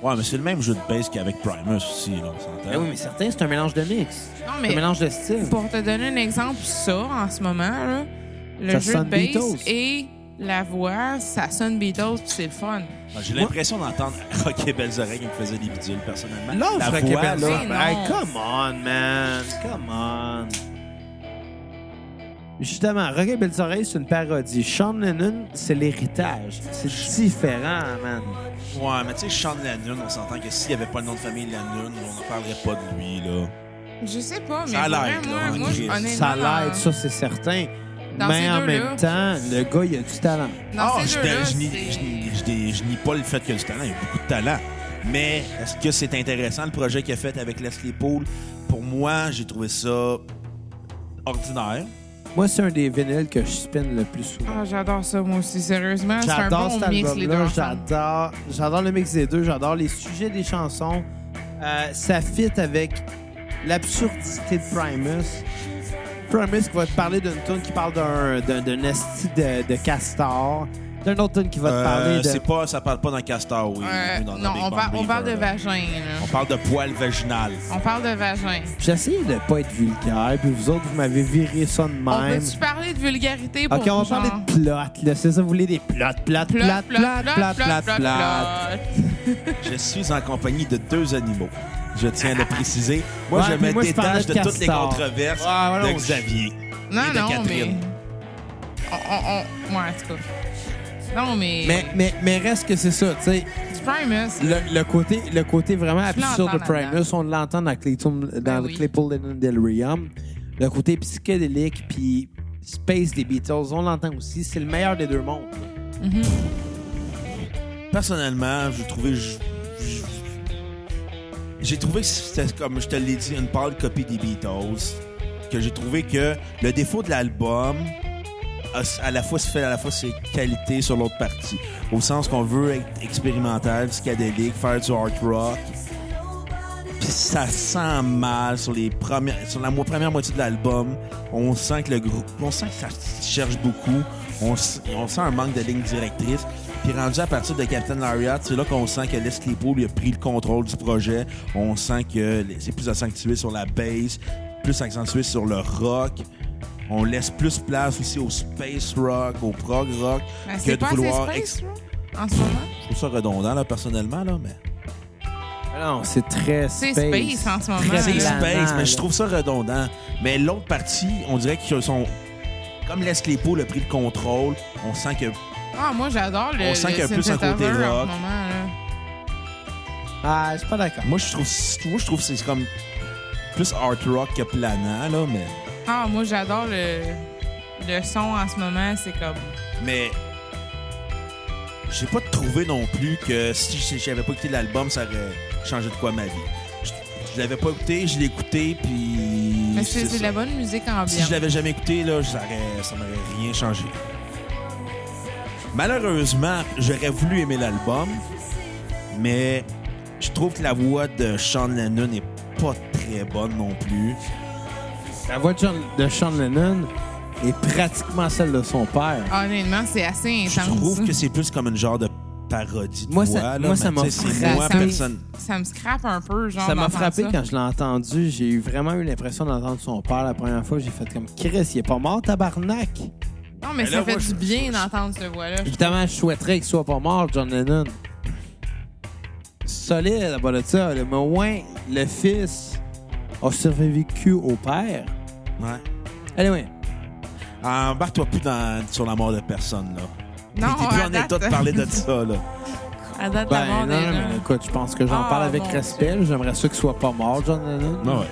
S1: Ouais, mais c'est le même jeu de bass qu'avec Primus aussi, là, on s'entend.
S3: Ben oui, mais certain, c'est un mélange de mix.
S4: Non,
S3: C'est un
S4: mais
S3: mélange de styles.
S4: pour te donner un exemple, ça, en ce moment, là, le
S3: Ça
S4: jeu de
S3: sonne
S4: bass
S3: Beatles.
S4: et la voix, ça sonne Beatles, puis c'est le fun.
S1: Ah, J'ai l'impression d'entendre Rock et Belles Oreilles qui me faisait des bidules, personnellement.
S3: L'autre
S1: la
S3: Rock
S1: voix,
S3: Belles
S1: là,
S3: Oreilles.
S4: non.
S3: Hey, Ben, come on, man. Come on. Justement, Rock et Belles Oreilles, c'est une parodie. Sean Lennon, c'est l'héritage. C'est différent, man.
S1: Ouais, mais tu sais, Sean Lanun, on s'entend que s'il n'y avait pas le nom de famille Lanun, on ne parlerait pas de lui, là.
S4: Je sais pas, mais
S1: Ça
S4: pour vrai,
S1: l'aide, là,
S4: moi,
S1: en
S4: moi,
S1: crise.
S4: honnêtement,
S3: Ça l'aide,
S4: dans-
S3: ça, c'est certain.
S4: Dans
S3: Mais
S4: ces
S3: en
S4: deux-là-
S3: même temps, le gars, il a du talent.
S4: dans
S1: Ah,
S4: ces
S1: je,
S4: deux-là,
S1: je nie-
S4: c'est-
S1: je nie- je nie- je nie pas le fait qu'il y a du talent. Il y a beaucoup de talent. Mais est-ce que c'est intéressant le projet qu'il a fait avec Leslie Pool? Pour moi, j'ai trouvé ça ordinaire.
S3: Moi, c'est un des vinyles que je spin le plus souvent.
S4: Ah, j'adore ça, moi aussi, sérieusement. Hein, C'est un
S3: J'adore
S4: bon
S3: cet
S4: mix, les deux
S3: album-là.
S4: ensemble.
S3: J'adore, j'adore le mix des deux. J'adore les sujets des chansons. Euh, ça fit avec l'absurdité de Primus. Primus qui va te parler d'une tune qui parle d'un, d'un, d'un esti de, de castor. D'un autre tune qui va te
S1: Euh,
S3: parler de...
S1: c'est pas, ça parle pas d'un castor, oui.
S4: Euh,
S1: ou dans un
S4: non,
S1: Big Bang
S4: on, par- on
S1: Beaver,
S4: parle de
S1: là.
S4: vagin, là.
S1: On parle de poils vaginal.
S4: On parle de vagin.
S3: J'essaie de pas être vulgaire, puis vous autres, vous m'avez viré ça de
S4: On
S3: même.
S4: peut-tu parler de vulgarité pour
S3: OK, on va
S4: genre,
S3: parler de plot, là. C'est ça, vous voulez des plots, plots, plots,
S4: plot,
S3: plots,
S4: plot, plot,
S3: plots,
S4: plot,
S3: plots,
S4: plot,
S3: plots.
S4: plot.
S1: Je suis en compagnie de deux animaux. Je tiens à le préciser. Moi,
S3: Ouais,
S1: je me
S3: puis moi, je parlais
S1: détache
S3: de
S1: de, toutes les
S3: castor.
S1: controverses
S3: Ouais, voilà,
S1: de
S3: on-
S1: Xavier.
S4: Non,
S1: Et de
S4: non, mais...
S1: Catherine.
S4: On, on, on... Ouais, en tout cas. Non, mais...
S3: Mais, mais, mais reste que c'est ça, tu sais.
S4: Du Primus.
S3: Le, le côté, le côté vraiment
S4: Tu
S3: absurde de
S4: l'entends là-dedans.
S3: Primus, on l'entend dans, Clayton, dans
S4: Ben oui.
S3: Claypool Lennon Delirium. Le côté psychédélique puis space des Beatles, on l'entend aussi. C'est le meilleur des deux mondes.
S1: Personnellement, j'ai trouvé. j- j- J'ai trouvé que c'était, comme je te l'ai dit, une pâle copie des Beatles. Que j'ai trouvé que le défaut de l'album, a- à la fois se fait à la fois ses qualités sur l'autre partie. Au sens qu'on veut être expérimental, psychédélique, faire du hard rock. Puis ça sent mal sur les premières, sur la mo- première moitié de l'album. On sent que le groupe, on sent que ça cherche beaucoup. On, s- on sent un manque de ligne directrice. Puis rendu à partir de Captain Lariat, c'est là qu'on sent que Les Claypool lui a pris le contrôle du projet. On sent que les- c'est plus accentué sur la bass, plus accentué sur le rock. On laisse plus place aussi au space rock, au prog rock,
S4: Ben,
S1: que
S4: C'est
S1: de
S4: pas assez
S1: vouloir.
S4: space,
S1: ex-
S4: là, en ce moment.
S1: Je trouve ça redondant là, personnellement là, mais.
S3: Ah Non, c'est très
S4: C'est
S3: space.
S4: space en ce moment,
S3: Très
S4: là.
S1: C'est
S3: planant,
S1: space,
S3: là.
S1: mais je trouve ça redondant. Mais l'autre partie, on dirait qu'ils sont. Comme l'Esclépo a pris le contrôle, on sent que.
S4: Ah, moi, j'adore le
S1: On sent
S4: le
S1: qu'il y a plus un côté
S4: synthétiseur en
S1: rock.
S4: ce moment, là.
S3: Ah, je suis pas d'accord.
S1: Moi, je trouve, moi, je trouve que c'est comme plus art rock que planant, là, mais.
S4: Ah, moi, j'adore le... le son en ce moment. C'est comme...
S1: Mais. J'ai pas trouvé non plus que si j- j'avais pas écouté l'album, ça aurait changé de quoi ma vie. Je, je l'avais pas écouté, je l'ai écouté, puis.
S4: Mais c'est
S1: c'est
S4: c'est de
S1: ça.
S4: la bonne musique
S1: Si
S4: ambiante.
S1: je l'avais jamais écouté, là, ça aurait- ça m'aurait rien changé. Malheureusement, j'aurais voulu aimer l'album, mais je trouve que la voix de Sean Lennon est pas très bonne non plus.
S3: La voix de John- de Sean Lennon est pratiquement celle de son père.
S4: Ah, Honnêtement, c'est assez
S1: Je
S4: intense.
S1: trouve que c'est plus comme une genre de parodie de
S3: Moi,
S1: voix. là,
S3: ça- moi,
S1: mais
S3: ça m'a
S1: tu sais, c'est
S3: frappé.
S1: moi,
S4: ça, me-
S1: personne.
S4: ça me scrape un peu, genre.
S3: Ça m'a
S4: d'entendre
S3: frappé
S4: ça.
S3: quand je l'ai entendu. J'ai eu vraiment eu l'impression d'entendre son père la première fois. J'ai fait comme Chris, il est pas mort, tabarnak.
S4: Non, mais,
S1: Mais
S4: ça
S1: là,
S4: fait
S1: moi,
S4: du
S1: je-
S4: bien
S1: je-
S4: d'entendre ce voix-là.
S3: Évidemment, je souhaiterais qu'il soit pas mort, John Lennon. Solide à bas de ça. là. Mais au moins, le fils a survécu au père.
S1: Ouais.
S3: Allez, ouais.
S1: Embarque-toi plus dans, sur la mort de personne, là.
S4: Non,
S1: T'es plus
S4: à
S1: en
S4: date-
S1: état de parler de ça, là.
S4: À date, la
S3: Ben non,
S4: mort des gens.
S3: mais écoute, je pense que j'en
S4: Ah,
S3: parle avec
S4: mon
S3: respect. J'aimerais ça qu'il soit pas mort, John Lennon.
S1: Ah ouais.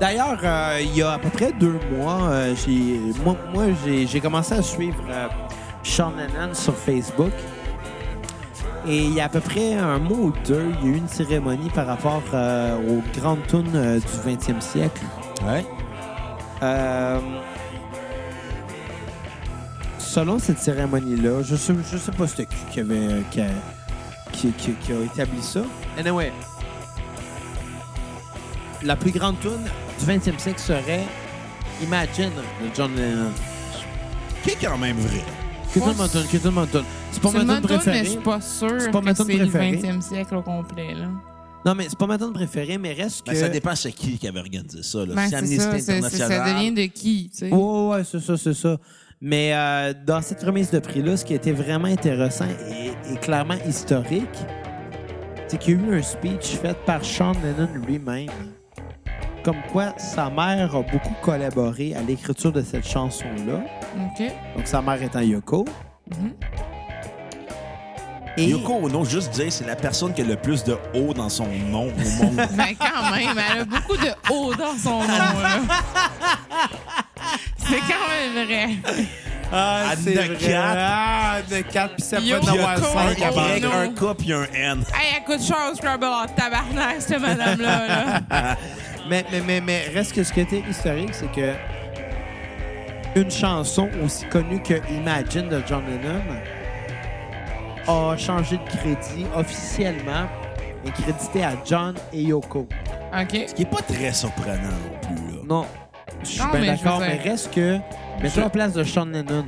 S3: D'ailleurs, euh, il y a à peu près deux mois, euh, j'ai, moi, moi, j'ai, j'ai commencé à suivre euh, Sean Lennon sur Facebook. Et il y a à peu près un mois ou deux, il y a eu une cérémonie par rapport euh, aux grandes tunes euh, du 20e siècle.
S1: Ouais.
S3: Euh, selon cette cérémonie-là, je sais, je sais pas c'était qui qui avait euh, qui a, qui- qui- qui a établi ça. Anyway, la plus grande tune du 20e siècle serait Imagine de John Lennon.
S1: Qui est quand même vrai.
S3: Que tout
S4: Moi,
S3: le monde tourne, que tout le monde tourne. C'est pas
S4: C'est
S3: ma
S4: ma
S3: tune
S4: tune, mais je
S3: préférée.
S4: suis pas sûre
S3: C'est pas ma
S4: que
S3: tune
S4: c'est le
S3: préférée.
S4: 20e siècle au complet, là.
S3: Non, mais c'est pas ma tune préférée, mais reste que.
S1: Ben, ça dépend c'est qui qui avait organisé ça, là.
S4: Ben,
S1: c'est
S4: c'est
S1: Amnesty
S4: ça, c'est- c'est-
S1: International.
S4: ça devient de qui, tu sais.
S3: Ouais, ouais, ouais, c'est ça, c'est ça. Mais euh, dans cette remise de prix-là, ce qui était vraiment intéressant et, et clairement historique, c'est qu'il y a eu un speech fait par Sean Lennon lui-même. Comme quoi, sa mère a beaucoup collaboré à l'écriture de cette chanson-là.
S4: OK.
S3: Donc, sa mère étant Yoko.
S4: Mhm.
S3: Et
S1: Yoko Ono, juste dire, c'est la personne qui a le plus de O dans son nom au monde.
S4: Mais Ben, quand même, elle a beaucoup de haut dans son nom, là. C'est quand même vrai.
S3: Ah,
S1: Anne de Cat.
S3: Ah, de 4, puis ça
S4: Yoko
S1: un
S4: Ono.
S1: Y, un K puis un N.
S4: Hey, elle coûte cher au Scrabble en tabarnak, cette madame-là, là.
S3: Mais, mais, mais, mais reste que ce qui était historique, c'est que une chanson aussi connue que Imagine de John Lennon a changé de crédit officiellement et crédité à John et Yoko.
S4: OK.
S1: Ce qui est pas très surprenant non plus, là.
S3: Non, je suis
S4: Non,
S3: bien
S4: mais je
S3: d'accord,
S4: veux
S3: mais
S4: dire-
S3: reste que. Mets-toi
S1: Je-
S3: en place de Sean Lennon.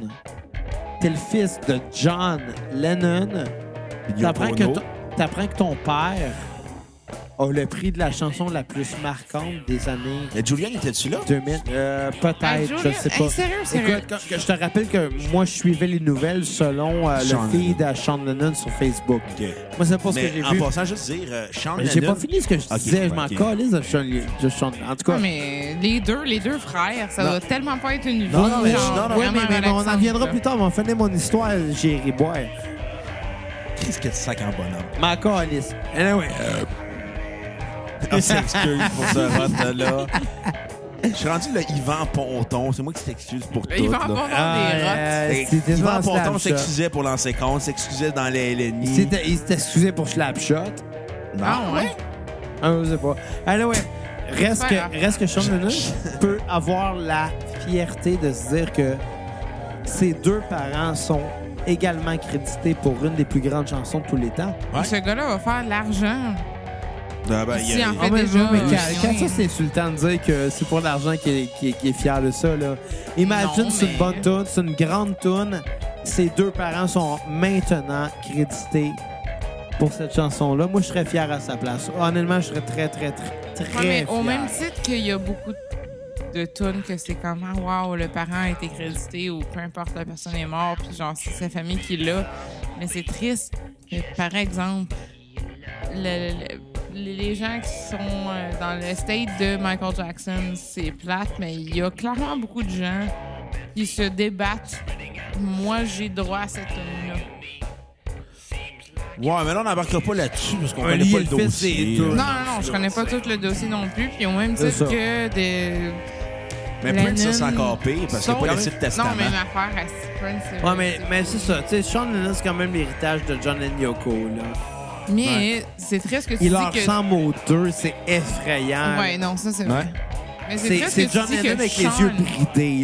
S3: T'es le fils de John Lennon.
S1: Yoko
S3: T'apprends que,
S1: Ono.
S3: ton- t'apprends que ton père a le prix de la chanson la plus marquante des années
S1: Mais Julian, était-tu là?
S3: 2000, euh,
S4: Ah,
S3: peut-être, je
S4: Julia-
S3: sais pas.
S4: Hey, sérieux, sérieux.
S3: Écoute, quand- que je te rappelle que moi, je suivais les nouvelles selon euh,
S1: Sean
S3: le feed à Sean Lennon sur Facebook.
S1: OK.
S3: Moi, c'est pas ce que
S1: Mais
S3: j'ai
S1: en
S3: vu.
S1: passant, juste dire, euh, Sean
S3: Mais J'ai
S1: Lennon-
S3: pas fini ce que je
S1: Ok,
S3: disais. Je
S1: ouais,
S3: m'en
S1: ok.
S3: calisse de Sean, de Sean- En tout cas,
S4: Non, mais les deux, les deux frères, ça
S3: Non.
S4: doit tellement pas être une vie.
S3: Non, non, mais,
S4: genre,
S1: non, non,
S3: ouais,
S4: vraiment
S3: mais, mais- mais on en
S4: relaxante,
S3: viendra
S4: là.
S3: plus tard. Mais on finit mon histoire, j'irai boire.
S1: Qu'est-ce que tu sac en bonhomme?
S3: M'en calisse. Anyway,
S1: On s'excuse pour ce vote-là. Je suis rendu le Yvan Ponton. C'est moi qui s'excuse pour tout.
S4: Il va en avoir
S1: là.
S4: des rottes.
S3: euh,
S1: Fait que
S3: c'était
S1: Yvan
S3: dans
S1: Ponton
S3: Slapshot.
S1: s'excusait pour l'ancien compte, s'excusait dans les
S3: Il
S1: LNI.
S3: s'était- il s'était excusé pour Slapshot.
S1: Non.
S4: Ah, ouais?
S3: Ah, je sais pas. Alors, ouais. Reste
S4: Pas
S3: que,
S4: grave.
S3: reste que Sean Lennon peut avoir la fierté de se dire que ses deux parents sont également crédités pour une des plus grandes chansons de tous les temps.
S1: Ouais.
S4: Ce gars-là va faire de l'argent.
S1: Ah, ben, il y
S4: Si,
S1: a-
S4: en
S3: Ah,
S4: fait,
S3: mais
S4: déjà,
S3: mais
S4: euh,
S3: quand,
S4: oui.
S3: quand ça, c'est insultant de dire que c'est pour l'argent qu'il est, qu'il est- qu'il est fier de ça. Là. Imagine,
S4: Non,
S3: c'est
S4: mais-
S3: une bonne tune, c'est une grande tune. Ses deux parents sont maintenant crédités pour cette chanson-là. Moi, je serais fier à sa place. Honnêtement, je serais très, très, très, très
S4: Ouais, mais
S3: fier.
S4: au même titre qu'il y a beaucoup de- de tunes que c'est comme ah, wow le parent a été crédité ou peu importe la personne est morte puis genre c'est sa famille qui l'a mais c'est triste que, par exemple le- le- le- les gens qui sont euh, dans le state de Michael Jackson c'est plate mais il y a clairement beaucoup de gens qui se débattent moi j'ai droit à cette tune là
S1: Ouais, mais là, on n'embarquera pas là-dessus parce qu'on
S3: Un
S1: connaît
S3: lit
S1: pas
S3: et
S1: le
S3: le fils,
S1: dossier.
S3: c'est tout.
S1: là.
S4: non non non je connais pas tout le dossier non plus puis au même
S3: C'est
S4: titre
S3: ça.
S4: que de
S1: Mais Prince, ça, c'est
S4: Lennon.
S1: encore pire parce qu'il n'y a
S4: Sauf-
S1: pas laissé de testament.
S4: Non, mais ma affaire à Steve Prince. c'est-
S3: Ouais, mais, mais c'est ça. Tu sais, Sean Lennon, c'est quand même l'héritage de John and Yoko. Là.
S4: Mais c'est triste que tu
S3: Il
S4: dis
S3: leur
S4: que.
S3: ressemble aux deux, c'est effrayant.
S4: Ouais, non, ça c'est vrai.
S1: Ouais.
S4: Mais c'est
S3: C'est
S4: triste
S3: c'est
S4: que
S3: John
S4: tu dis
S3: Lennon
S4: que
S3: avec
S4: Sean...
S3: les yeux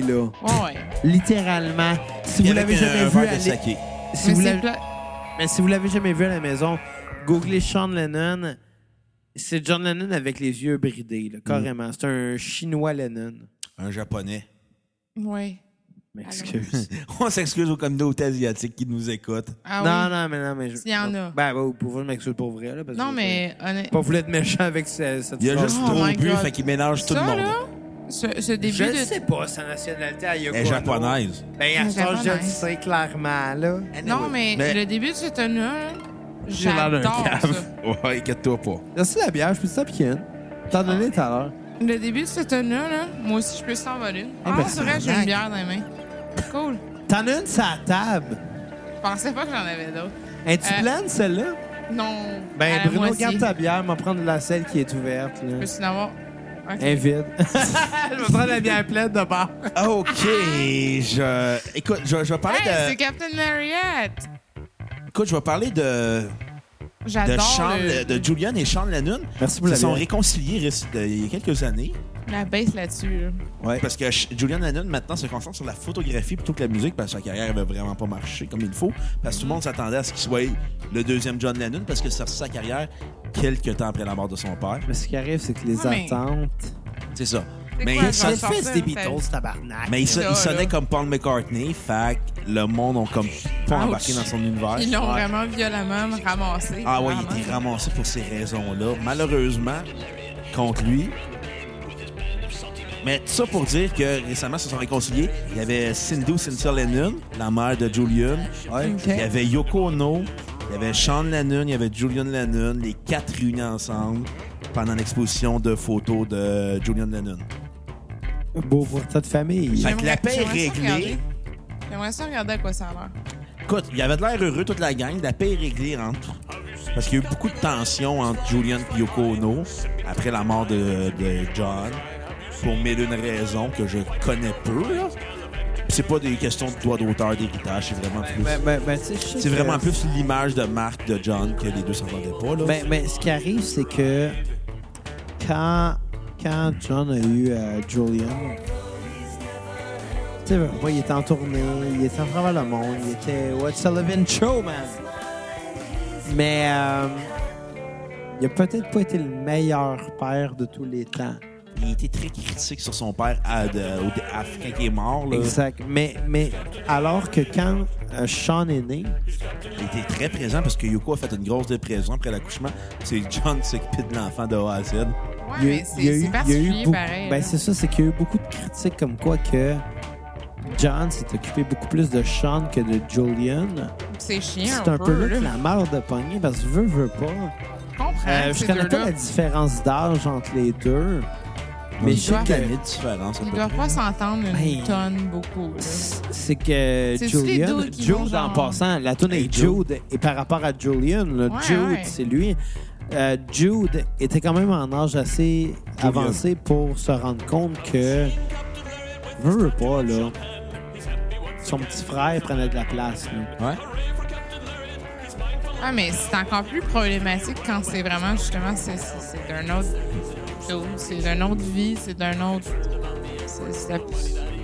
S3: bridés, là.
S4: Ouais, ouais.
S3: Littéralement. Si vous
S1: Avec
S3: l'avez
S1: un-
S3: jamais
S1: un
S3: vu,
S1: verre de
S3: allez-
S1: saké.
S3: si
S4: Mais
S3: vous
S4: c'est
S3: l'avez-
S4: pla-
S3: mais si vous l'avez jamais vu à la maison, googlez Sean Lennon C'est John Lennon avec les yeux bridés,
S1: Mm.
S3: là, carrément. C'est un chinois Lennon.
S1: Un japonais.
S4: Oui.
S3: M'excuse.
S1: On s'excuse aux communautés asiatiques qui nous écoutent.
S4: Ah
S3: non,
S4: oui.
S3: non, mais non, mais. je-
S4: S'il y en
S3: non.
S4: a.
S3: Ben, ben, pour vous, je m'excuse pour vrai, là. Parce
S4: Non,
S3: que-
S4: mais honnêtement.
S3: Pas voulu être méchant avec ce- cette
S1: Il a
S3: phrase.
S1: juste
S4: Oh
S1: trop
S4: my
S1: bu,
S4: God.
S1: fait qu'il mélange tout le
S4: Ça,
S1: monde.
S4: là, ce, ce début
S3: Je
S4: de.
S3: ne sais pas sa nationalité à Yoko.
S1: Elle est japonaise.
S3: Ben, à
S4: Elle est
S3: ce temps, je le
S4: japonaise.
S3: sais clairement, là.
S4: Non, mais,
S1: Mais-
S4: le début de ce tome-là,
S3: J'ai l'air d'un
S4: j'adore
S3: cave.
S4: ça.
S1: Ouais, inquiète-toi pas.
S3: Merci la bière, je peux t'appliquer
S4: Ah.
S3: T'en donnais tout à l'heure.
S4: Le début de ce tome-là, là, moi aussi, je peux s'en voler une. Ah,
S3: ben,
S4: c'est vrai, j'ai
S3: tabarnak.
S4: une bière dans les mains. Cool.
S3: T'en as une sur la table.
S4: Je pensais pas que j'en avais d'autres.
S3: Es-tu
S4: Euh,
S3: pleine, celle-là?
S4: Non. à
S3: Ben,
S4: la
S3: Bruno,
S4: moitié.
S3: garde ta bière, m'en prendre de la selle qui est ouverte, là.
S4: Je peux s'en avoir. Ok.
S3: Elle est vide. je vais prendre la bière pleine de bord.
S1: OK, je... Écoute, je, je vais parler
S4: Hey, c'est
S1: de...
S4: Captain Marriott.
S1: Écoute, je vais parler de... De,
S4: J'adore
S1: Sean-
S3: euh,
S4: le-
S1: de Julian et Sean Lennon.
S3: Merci pour
S1: Ils
S3: la
S1: se sont
S3: bière.
S1: réconciliés réc- de- il y a quelques années.
S4: la baisse là-dessus. là.
S1: Ouais. Parce que Ch- Julian Lennon, maintenant, se concentre sur la photographie plutôt que la musique, parce que sa carrière avait vraiment pas marché comme il faut. Parce que tout le monde s'attendait à ce qu'il soit le deuxième John Lennon, parce que c'est sorti sa carrière quelques temps après la mort de son père.
S3: Mais ce qui arrive, c'est que les
S4: Ouais, Ah, mais-
S3: attentes.
S1: C'est ça.
S4: C'est
S1: Mais,
S4: quoi,
S1: il,
S4: Ça
S1: son-
S4: genre? sort ça, ça-
S3: tabarnak.
S1: mais il so-
S4: Ça,
S1: il sonnait
S4: là.
S1: comme Paul McCartney, fait que le monde ont comme pas
S4: Ouch.
S1: embarqué dans son univers.
S4: Ils l'ont
S1: Ouais.
S4: vraiment violemment ramassé.
S1: Ah ouais, il
S4: vraiment.
S1: était ramassé pour ces raisons-là. Malheureusement, contre lui. Mais tout ça pour dire que récemment, ils se sont réconciliés. Il y avait Sindhu Cynthia Lennon, la mère de Julian.
S4: Ok.
S1: Il y avait Yoko Ono. Il y avait Sean Lennon. Il y avait Julian Lennon. Les quatre réunis ensemble pendant l'exposition de photos de Julian Lennon.
S3: Beau pour ta famille.
S1: Fait que la
S4: J'aimerais-
S1: paix est
S4: j'aimerais ça
S1: réglée.
S4: regarder. J'aimerais ça regarder à quoi ça a l'air.
S1: Écoute, il avait de l'air heureux toute la gang. La paix est réglée entre. Parce qu'il y a eu beaucoup de tensions entre Julian et Yoko Ono après la mort de, de John. Pour mille et une raisons que je connais peu, là. Puis C'est pas des questions de droit d'auteur, d'héritage. C'est vraiment plus.
S3: Ben, ben, ben, tu sais, je sais
S1: C'est
S3: que-
S1: vraiment plus l'image de marque de John que les deux s'entendaient pas, là.
S3: Ben, ben, ce qui arrive, c'est que quand, quand John a eu euh, Julian, tu sais, ben, moi, il était en tournée, il était à travers le monde, il était What's Sullivan Show, man. Mais euh, il a peut-être pas été le meilleur père de tous les temps.
S1: Il était très critique sur son père à, de, au- à- quand il est mort, là.
S3: Exact. Mais, mais alors que quand euh, Sean est né,
S1: Il était très présent parce que Yoko a fait une grosse dépression après l'accouchement. C'est John qui s'occupe de l'enfant de A à Z.
S3: il
S4: Ouais,
S3: y a-
S4: mais
S3: il y a eu-
S4: c'est
S3: il y
S4: c'est
S3: a eu
S4: particulier
S3: beaucoup-
S4: pareil.
S3: Ben,
S4: là.
S3: c'est ça, c'est qu'il y a eu beaucoup de critiques comme quoi que John s'est occupé beaucoup plus de Sean que de Julian.
S4: C'est chiant.
S3: C'est un peu là
S4: là.
S3: que la merde de pogner parce que veut, veut pas.
S4: Je comprends.
S3: Euh, je
S4: ces
S3: connais pas
S4: deux-là.
S3: la différence d'âge entre les deux. Mais
S1: Mais
S3: je sais
S1: chaque
S3: que-
S1: année de différence, à
S4: Ils
S1: peu
S4: doivent pas s'entendre une
S3: Hey.
S4: tonne beaucoup. là.
S3: C'est que
S4: C'est-tu les
S3: Julian,
S4: deux qui vont
S3: Jude en
S4: genre-
S3: passant, la tune
S1: Hey,
S3: est Jude et par rapport à Julian, là,
S4: Ouais,
S3: Jude,
S4: ouais.
S3: c'est lui. Euh, Jude était quand même en âge assez avancé pour se rendre compte que veut, veut pas là. Son petit frère prenait de la place. là.
S1: Ouais.
S4: Ah, mais c'est encore plus problématique quand c'est vraiment justement c'est c'est- c'est d'un autre chose, c'est d'une autre vie, c'est d'un autre. c'est- c'est la-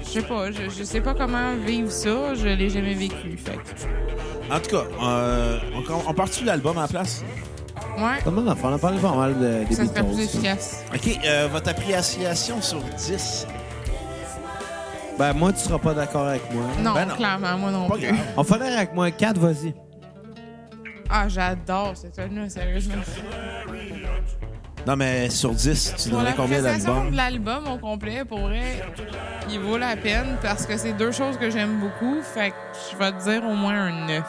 S4: Je sais pas, je, je sais pas comment vivre ça, je l'ai jamais vécu. Fait que-
S1: En tout cas, euh, on, on part-tu de l'album à la place?
S4: ouais,
S3: Pas mal d'affaires, on a parlé pas mal de, des
S4: ça serait plus
S3: Beatles.
S4: efficace.
S1: OK, euh, votre appréciation sur 10.
S3: Ben moi, tu seras pas d'accord avec moi.
S4: Non,
S1: Ben non.
S4: clairement, moi non
S1: Pas
S4: plus.
S1: grave.
S3: On va faire avec moi 4, vas-y.
S4: Ah, j'adore cette tune-là, sérieusement.
S1: Non, mais sur 10, tu
S4: Pour
S1: donnerais
S4: la
S1: combien
S4: prestation
S1: d'albums?
S4: de l'album au complet, pour vrai, il vaut la peine parce que c'est deux choses que j'aime beaucoup. Fait que je vais te dire au moins un 9.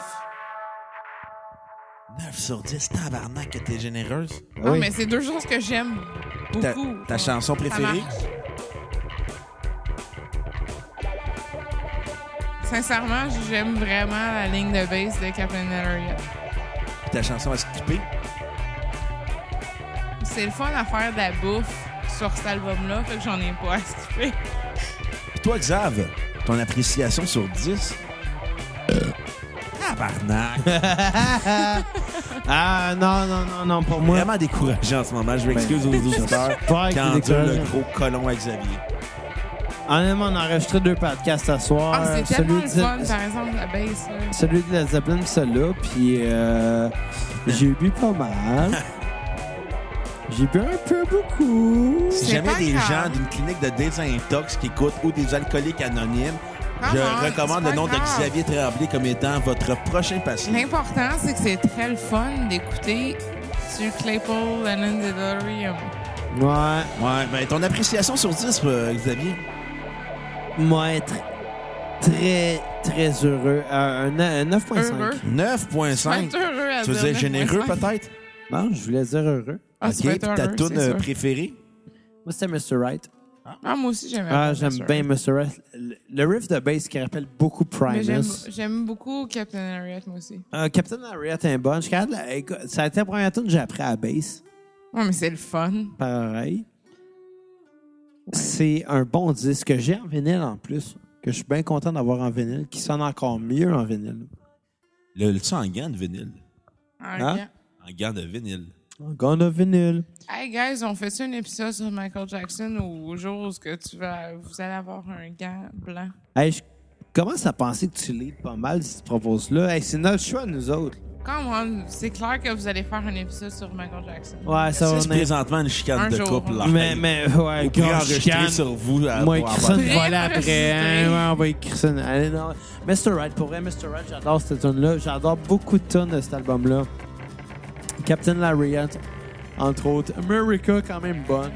S1: 9 sur 10, tabarnak que t'es généreuse.
S4: Non,
S3: Oui.
S4: Ah, mais c'est deux choses que j'aime
S1: Ta,
S4: beaucoup.
S1: ta chanson préférée?
S4: Sincèrement, j'aime vraiment la ligne de base de Captain Harriet.
S1: Puis ta chanson à skipper?
S4: C'est le fun à faire de la bouffe sur cet album-là, fait que j'en ai pas à skipper.
S1: Puis toi, Xav, ton appréciation sur 10? Tabarnak!
S3: Ah non, non, non, non, pour moi.
S1: Vraiment découragé en ce moment. Je m'excuse aux auditeurs
S3: Pas
S1: qui
S3: que
S1: endurent
S3: découragé.
S1: le gros colon à Xavier.
S3: Honnêtement, Ah, on a enregistré deux podcasts ce soir.
S4: Ah, c'est
S3: Celui
S4: tellement le
S3: de-
S4: fun, par exemple, la base. là.
S3: Celui de la Zeppelin, celui-là, puis euh, j'ai bu pas mal. J'ai bu un peu beaucoup.
S1: Si
S4: C'est
S1: jamais
S4: pas
S1: des
S4: grave.
S1: gens d'une clinique de désintox qui écoutent ou des alcooliques anonymes,
S4: Come
S1: je
S4: on,
S1: recommande
S4: Ah, c'est
S1: le nom
S4: pas
S1: de
S4: grave.
S1: Xavier Tremblay comme étant votre prochain patient.
S4: L'important, c'est que c'est très le fun d'écouter sur Claypool and the Delirium.
S3: Ouais.
S1: Ouais, ben ton appréciation sur 10, euh, Xavier.
S3: Moi, être très, très heureux. Euh, un un 9,5.
S4: Heureux.
S1: 9.5.
S4: Tu vas être heureux à
S1: Tu veux
S4: dire
S1: dire généreux
S4: 9.5?
S1: peut-être?
S3: Non, je voulais dire heureux.
S4: Ah, tu vas
S1: ok,
S4: être
S1: puis ta
S4: heureux,
S1: toune
S4: c'est
S1: euh,
S4: sûr.
S1: préférée.
S3: Moi, c'était Mr. Right.
S4: Ah, moi aussi, j'aime
S3: Ah,
S4: bien
S3: j'aime
S4: Mr.
S3: bien Mr. Right. Le le riff de bass qui rappelle beaucoup
S4: Mais j'aime-
S3: Primus.
S4: J'aime beaucoup Captain Harriet, moi aussi.
S3: Euh, Captain Harriet est bonne. Je regarde la- écoute, Ça a été la première tune que j'ai appris à la bass.
S4: Ouais, mais c'est le fun.
S3: Pareil. C'est un bon disque que j'ai en vinyle en plus. Que je suis bien content d'avoir en vinyle. Qui sonne encore mieux en vinyle.
S1: Le, le son en gant de vinyle.
S4: Ah,
S3: Hein?
S1: En gant de vinyle.
S3: Encore de vinyle.
S4: Hey guys, on fait un épisode sur Michael Jackson au jour où ce que tu vas, vous allez avoir un gant blanc.
S3: Hey, je commence à penser que tu lis pas mal cette propose-là. Hey, c'est notre choix, nous autres.
S4: Come on, c'est clair que vous allez faire un épisode sur Michael Jackson.
S3: Ouais, ça
S1: Ça,
S3: va
S1: C'est
S3: venir.
S1: présentement une chicane
S4: Un
S1: de
S4: jour,
S1: couple.
S4: on-
S1: là.
S3: Mais, mais, ouais,
S1: Au prix
S3: gros
S1: enregistré
S3: chicane.
S1: sur vous. à-
S3: Moi,
S1: pour
S3: écrit ça
S1: avoir-
S3: une volée après.
S4: Préenregistré.
S3: hein. Ouais, on va écrire ça. une- Allez, non. Mr. Right, pour vrai, Mr. Right, j'adore cette tune-là. J'adore beaucoup de tunes de cet album-là. Captain Lariat, entre autres. America, quand même bonne.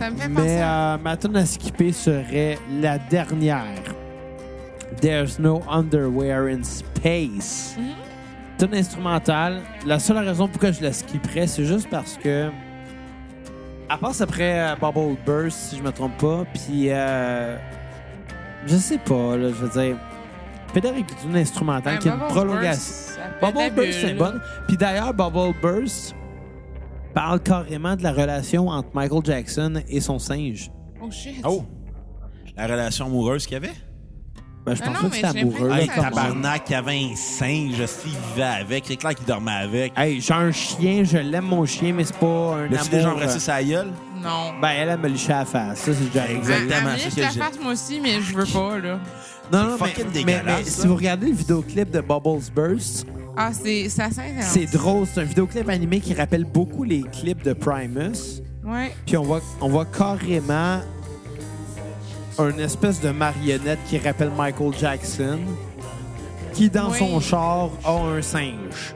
S4: Ça me fait penser
S3: Mais
S4: à...
S3: euh, ma tune à skipper serait la dernière. There's no underwear in space. Tune instrumentale. La seule raison pourquoi je la skipperais, c'est juste parce que. Elle passe après euh, Bubble Burst, si je me trompe pas. Puis. euh, je sais pas, là, je veux dire. Peut-être avec une instrumentale
S4: Ben,
S3: qui est une
S4: Bubble
S3: prolongation.
S4: Burst, ça fait de la
S3: Bubble Burst, c'est
S4: bulle.
S3: bon. Puis d'ailleurs, Bubble Burst parle carrément de la relation entre Michael Jackson et son singe.
S4: Oh shit.
S1: Oh! La relation amoureuse qu'il y avait?
S3: Ben, je
S4: Ah
S3: pense
S4: non,
S3: pas que
S4: mais
S3: c'est
S4: j'ai l'impression
S3: amoureux.
S4: que
S1: Hey,
S4: ça-
S1: tabarnak, il y avait un singe, aussi, il vivait avec. C'est clair qu'il dormait avec.
S3: Hey, j'ai un chien, je l'aime mon chien, mais c'est pas un
S1: L'as-tu
S3: amour. euh,
S1: déjà embrassé sa gueule?
S4: Non.
S3: Ben, elle, elle me lichait à la face. Ça, c'est déjà arrivé.
S1: Exact. exactement,
S4: Ah,
S1: c'est
S4: Amélie,
S1: ce
S4: je
S1: que
S4: la
S1: j'ai-
S4: fasse moi aussi, mais je veux pas, là.
S3: Non, non,
S1: C'est fucking
S3: mais, mais,
S1: dégueulasse,
S3: mais
S1: ça.
S3: si vous regardez le vidéoclip de Bubbles Burst,
S4: Ah, c'est... Ça s'intéresse.
S3: c'est drôle. C'est un vidéoclip animé qui rappelle beaucoup les clips de Primus.
S4: Ouais.
S3: Puis on voit, on voit carrément une espèce de marionnette qui rappelle Michael Jackson, qui dans
S4: Oui.
S3: son char a un singe.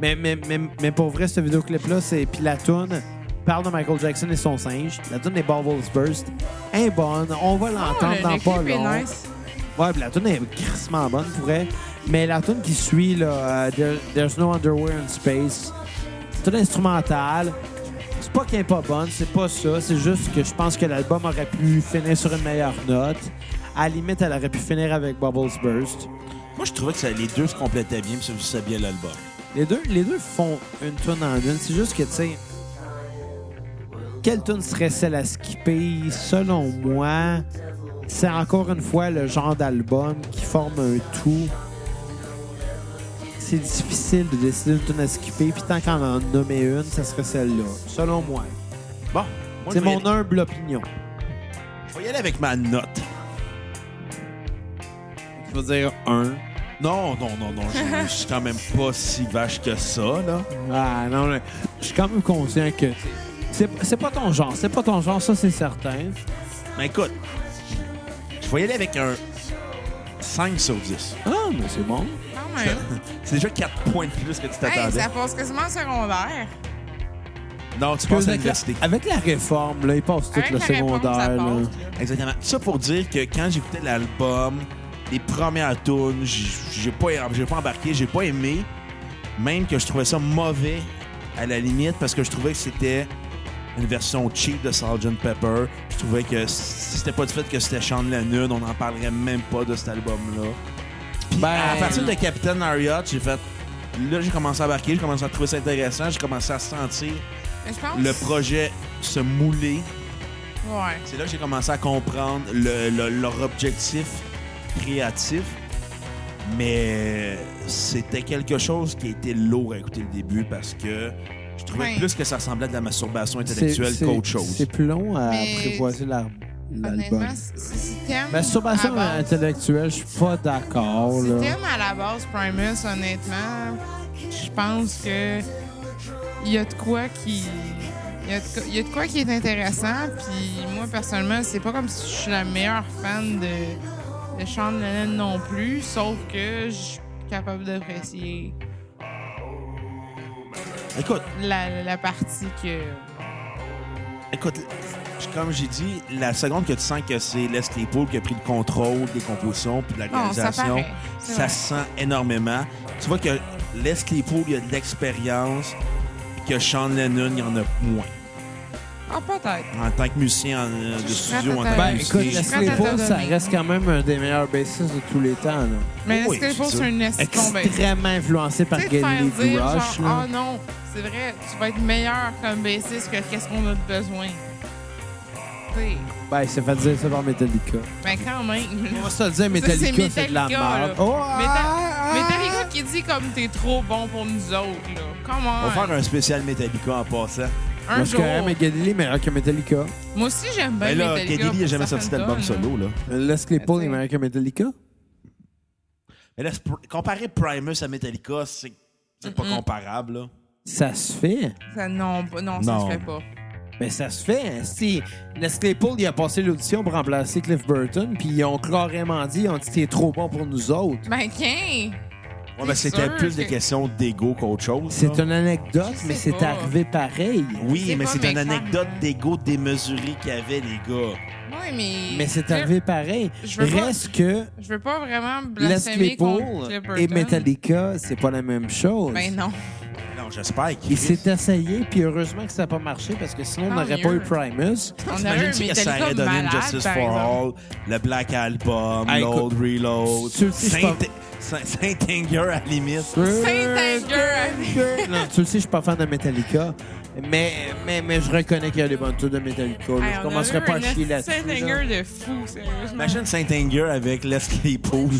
S3: Mais, mais, mais, mais pour vrai, ce vidéoclip-là, c'est. Puis la toune parle de Michael Jackson et son singe. La toune est Bubbles Burst. Elle est bonne. On va
S4: Oh,
S3: l'entendre
S4: le,
S3: dans
S4: le
S3: pas
S4: clip est
S3: long.
S4: nice.
S3: Ouais, puis la toune est crissement bonne pour elle. Mais la toune qui suit, là, euh, There- There's No Underwear in Space, toune instrumentale. C'est pas qu'elle est pas bonne, c'est pas ça. C'est juste que je pense que l'album aurait pu finir sur une meilleure note. À la limite, elle aurait pu finir avec Bubbles Burst.
S1: Moi, je trouvais que ça- les deux se complétaient bien, puis ça vous saviez l'album.
S3: Les deux, les deux font une toune en une. C'est juste que, tu sais, quelle toune serait celle à skipper? Selon moi, c'est encore une fois le genre d'album qui forme un tout. C'est difficile de décider une toune à skipper, puis tant qu'on en nommait une, ça serait celle-là. Selon moi.
S1: Bon, moi, je
S3: C'est
S1: vais
S3: mon
S1: y aller-
S3: humble opinion.
S1: Je vais y aller avec ma note.
S3: Je veux dire un.
S1: Non, non, non, non, je je suis quand même pas si vache que ça, là.
S3: Ah non, là, je suis quand même conscient que c'est c'est pas ton genre. C'est pas ton genre, ça c'est certain.
S1: Mais écoute, je vais y aller avec un 5 sur 10.
S3: Ah, mais c'est bon.
S4: Quand même.
S1: C'est déjà 4 points de plus que tu
S4: Hey,
S1: t'attendais.
S4: ça passe quasiment en secondaire.
S1: Non, tu passes à
S3: Parce qu'avec la-
S1: l'université.
S3: Avec la réforme, là, ils passent tout
S4: Avec
S3: le
S4: la réponse, ça
S3: secondaire. là.
S4: passe, là.
S1: Exactement. Ça pour dire que quand j'écoutais l'album, les premières tunes, j- j'ai pas, j'ai pas embarqué, j'ai pas aimé. Même que je trouvais ça mauvais à la limite parce que je trouvais que c'était une version cheap de Sgt. Pepper. Je trouvais que si c'était pas du fait que c'était Sean Lennon, on n'en parlerait même pas de cet album-là. Puis
S3: Ben-
S1: à partir de Captain Harriot, j'ai fait. Là, j'ai commencé à embarquer, j'ai commencé à trouver ça intéressant, j'ai commencé à sentir
S4: Mais je pense...
S1: le projet se mouler.
S4: Ouais.
S1: C'est là que j'ai commencé à comprendre le- le- leur objectif créatif. Mais c'était quelque chose qui était lourd à écouter le début parce que je trouvais
S4: Ouais.
S1: plus que ça ressemblait à de la masturbation
S3: C'est-
S1: intellectuelle
S3: c'est-
S1: qu'autre chose.
S3: C'est plus long à
S4: Mais-
S3: apprivoiser la- l'album. ben,
S4: Honnêtement, si- si- si t'aimes
S3: Masturbation
S4: à la base-
S3: intellectuelle, je suis pas d'accord.
S4: Si
S3: là.
S4: t'aimes à la base Primus, honnêtement, je pense que il y a de quoi qui. Il y, a de quoi- il y a de quoi qui est intéressant, puis moi, personnellement, c'est pas comme si je suis la meilleure fan de, de Sean Lennon non plus, sauf que je suis capable d'apprécier
S1: Écoute,
S4: la, la partie que.
S1: écoute, je- comme j'ai dit, la seconde que tu sens que c'est Les Claypool qui a pris le contrôle des compositions puis de la
S4: Non, ça
S1: réalisation,
S4: paraît. C'est
S1: ça
S4: vrai.
S1: se sent énormément. Tu vois que Les Claypool, il y a de l'expérience, puis que Sean Lennon, il y en a moins.
S4: Ah, peut-être.
S1: En tant que musicien en, euh, de
S4: Je suis prête
S1: studio, en
S4: à
S1: tant
S4: ta-
S1: que
S3: Ben,
S4: Je suis
S1: musicien.
S3: écoute,
S4: prête à
S3: Leslie Paul,
S4: te
S3: ça
S4: donner.
S3: reste quand même un des meilleurs bassistes de tous les temps. là.
S4: Mais
S1: Oui,
S4: est-ce que
S1: c'est
S4: pour
S1: ça.
S4: c'est une estompe?
S3: Extrêmement influencé par
S4: Tu sais, ben, de
S3: Gary
S4: faire
S3: Lee
S4: dire,
S3: Rush.
S4: genre,
S3: là.
S4: ah non, c'est vrai, tu vas être meilleur comme bassiste que qu'est-ce qu'on a de besoin. Tu sais,
S3: Ben, il s'est fait dire ça par Metallica.
S4: mais quand même.
S3: On va se le dire,
S4: Ça, c'est
S3: Metallica, c'est de la
S4: Metallica, là.
S3: merde. Oh,
S4: Métal-
S3: ah, ah.
S4: Metallica qui dit comme t'es trop bon pour nous autres, là. Comment?
S1: On va faire un spécial Metallica en passant.
S3: Moi,
S4: un,
S3: je suis
S4: jour.
S3: quand même Geddy est meilleur que Metallica.
S4: Moi aussi, j'aime bien
S1: Mais Ben là,
S4: Metallica.
S1: Geddy, il n'a
S4: pour
S1: jamais sorti
S4: certaines
S1: d'album
S4: tonnes,
S1: solo, là.
S3: Leslie Paul est
S4: t'sais.
S3: meilleur que Metallica.
S1: Mais là, c'est pr- comparer Primus à Metallica, c'est c'est pas comparable, là.
S3: Ça se fait.
S4: là. Ça, non, pas- non, ça
S1: Non.
S4: se fait pas.
S3: Mais ça se fait. hein. Si Leslie Paul, il a passé l'audition pour remplacer Cliff Burton, puis ils ont carrément dit, ils ont dit, t'es trop bon pour nous autres.
S4: Ben, qu'un!
S1: Ouais, mais
S4: C'est
S1: c'était
S4: sûr
S1: plus des
S4: que-
S1: questions d'ego qu'autre chose.
S3: C'est
S1: là.
S3: une anecdote,
S4: Je
S3: mais
S4: sais
S3: c'est
S4: pas.
S3: arrivé pareil.
S1: Oui,
S4: C'est
S1: mais
S4: pas
S1: c'est une
S4: méchant,
S1: anecdote
S4: hein.
S1: d'ego démesuré qu'il y avait, les gars.
S4: Ouais, mais.
S3: Mais c'est
S4: Je-
S3: arrivé pareil.
S4: Je veux pas-
S3: Reste que
S4: Je veux pas vraiment
S3: Leslie
S4: blasphémer
S3: Paul
S4: contre Cliff
S3: et
S4: Burton.
S3: Metallica, c'est pas la même chose.
S4: Ben, non.
S1: Non, j'espère qu'il
S3: Il s'est essayé, puis heureusement que ça n'a pas marché, parce que sinon, on
S4: Tant
S3: n'aurait pas
S4: mieux.
S3: eu Primus.
S4: On a eu
S1: T'imagines
S4: un
S1: si que ça
S4: Metallica
S1: aurait donné une
S4: malade,
S1: Justice
S4: par
S1: for
S4: exemple.
S1: All, le Black Album,
S3: Ah, écoute,
S1: Load, Reload,
S3: tu le sais, je
S1: Saint- Saint- Saint-Anger à la limite.
S4: Saint-Anger.
S3: Non, tu le sais, je suis pas fan de Metallica, mais, mais, mais je reconnais qu'il y a des bonnes tunes de Metallica. là.
S4: Hey,
S3: je
S4: on
S3: commencerai
S4: aurait
S3: pas
S4: eu
S3: à
S4: un
S3: chier là-dessus. là.
S4: Saint-Anger de fou, sérieusement.
S1: Imagine Saint-Anger avec Les Claypool.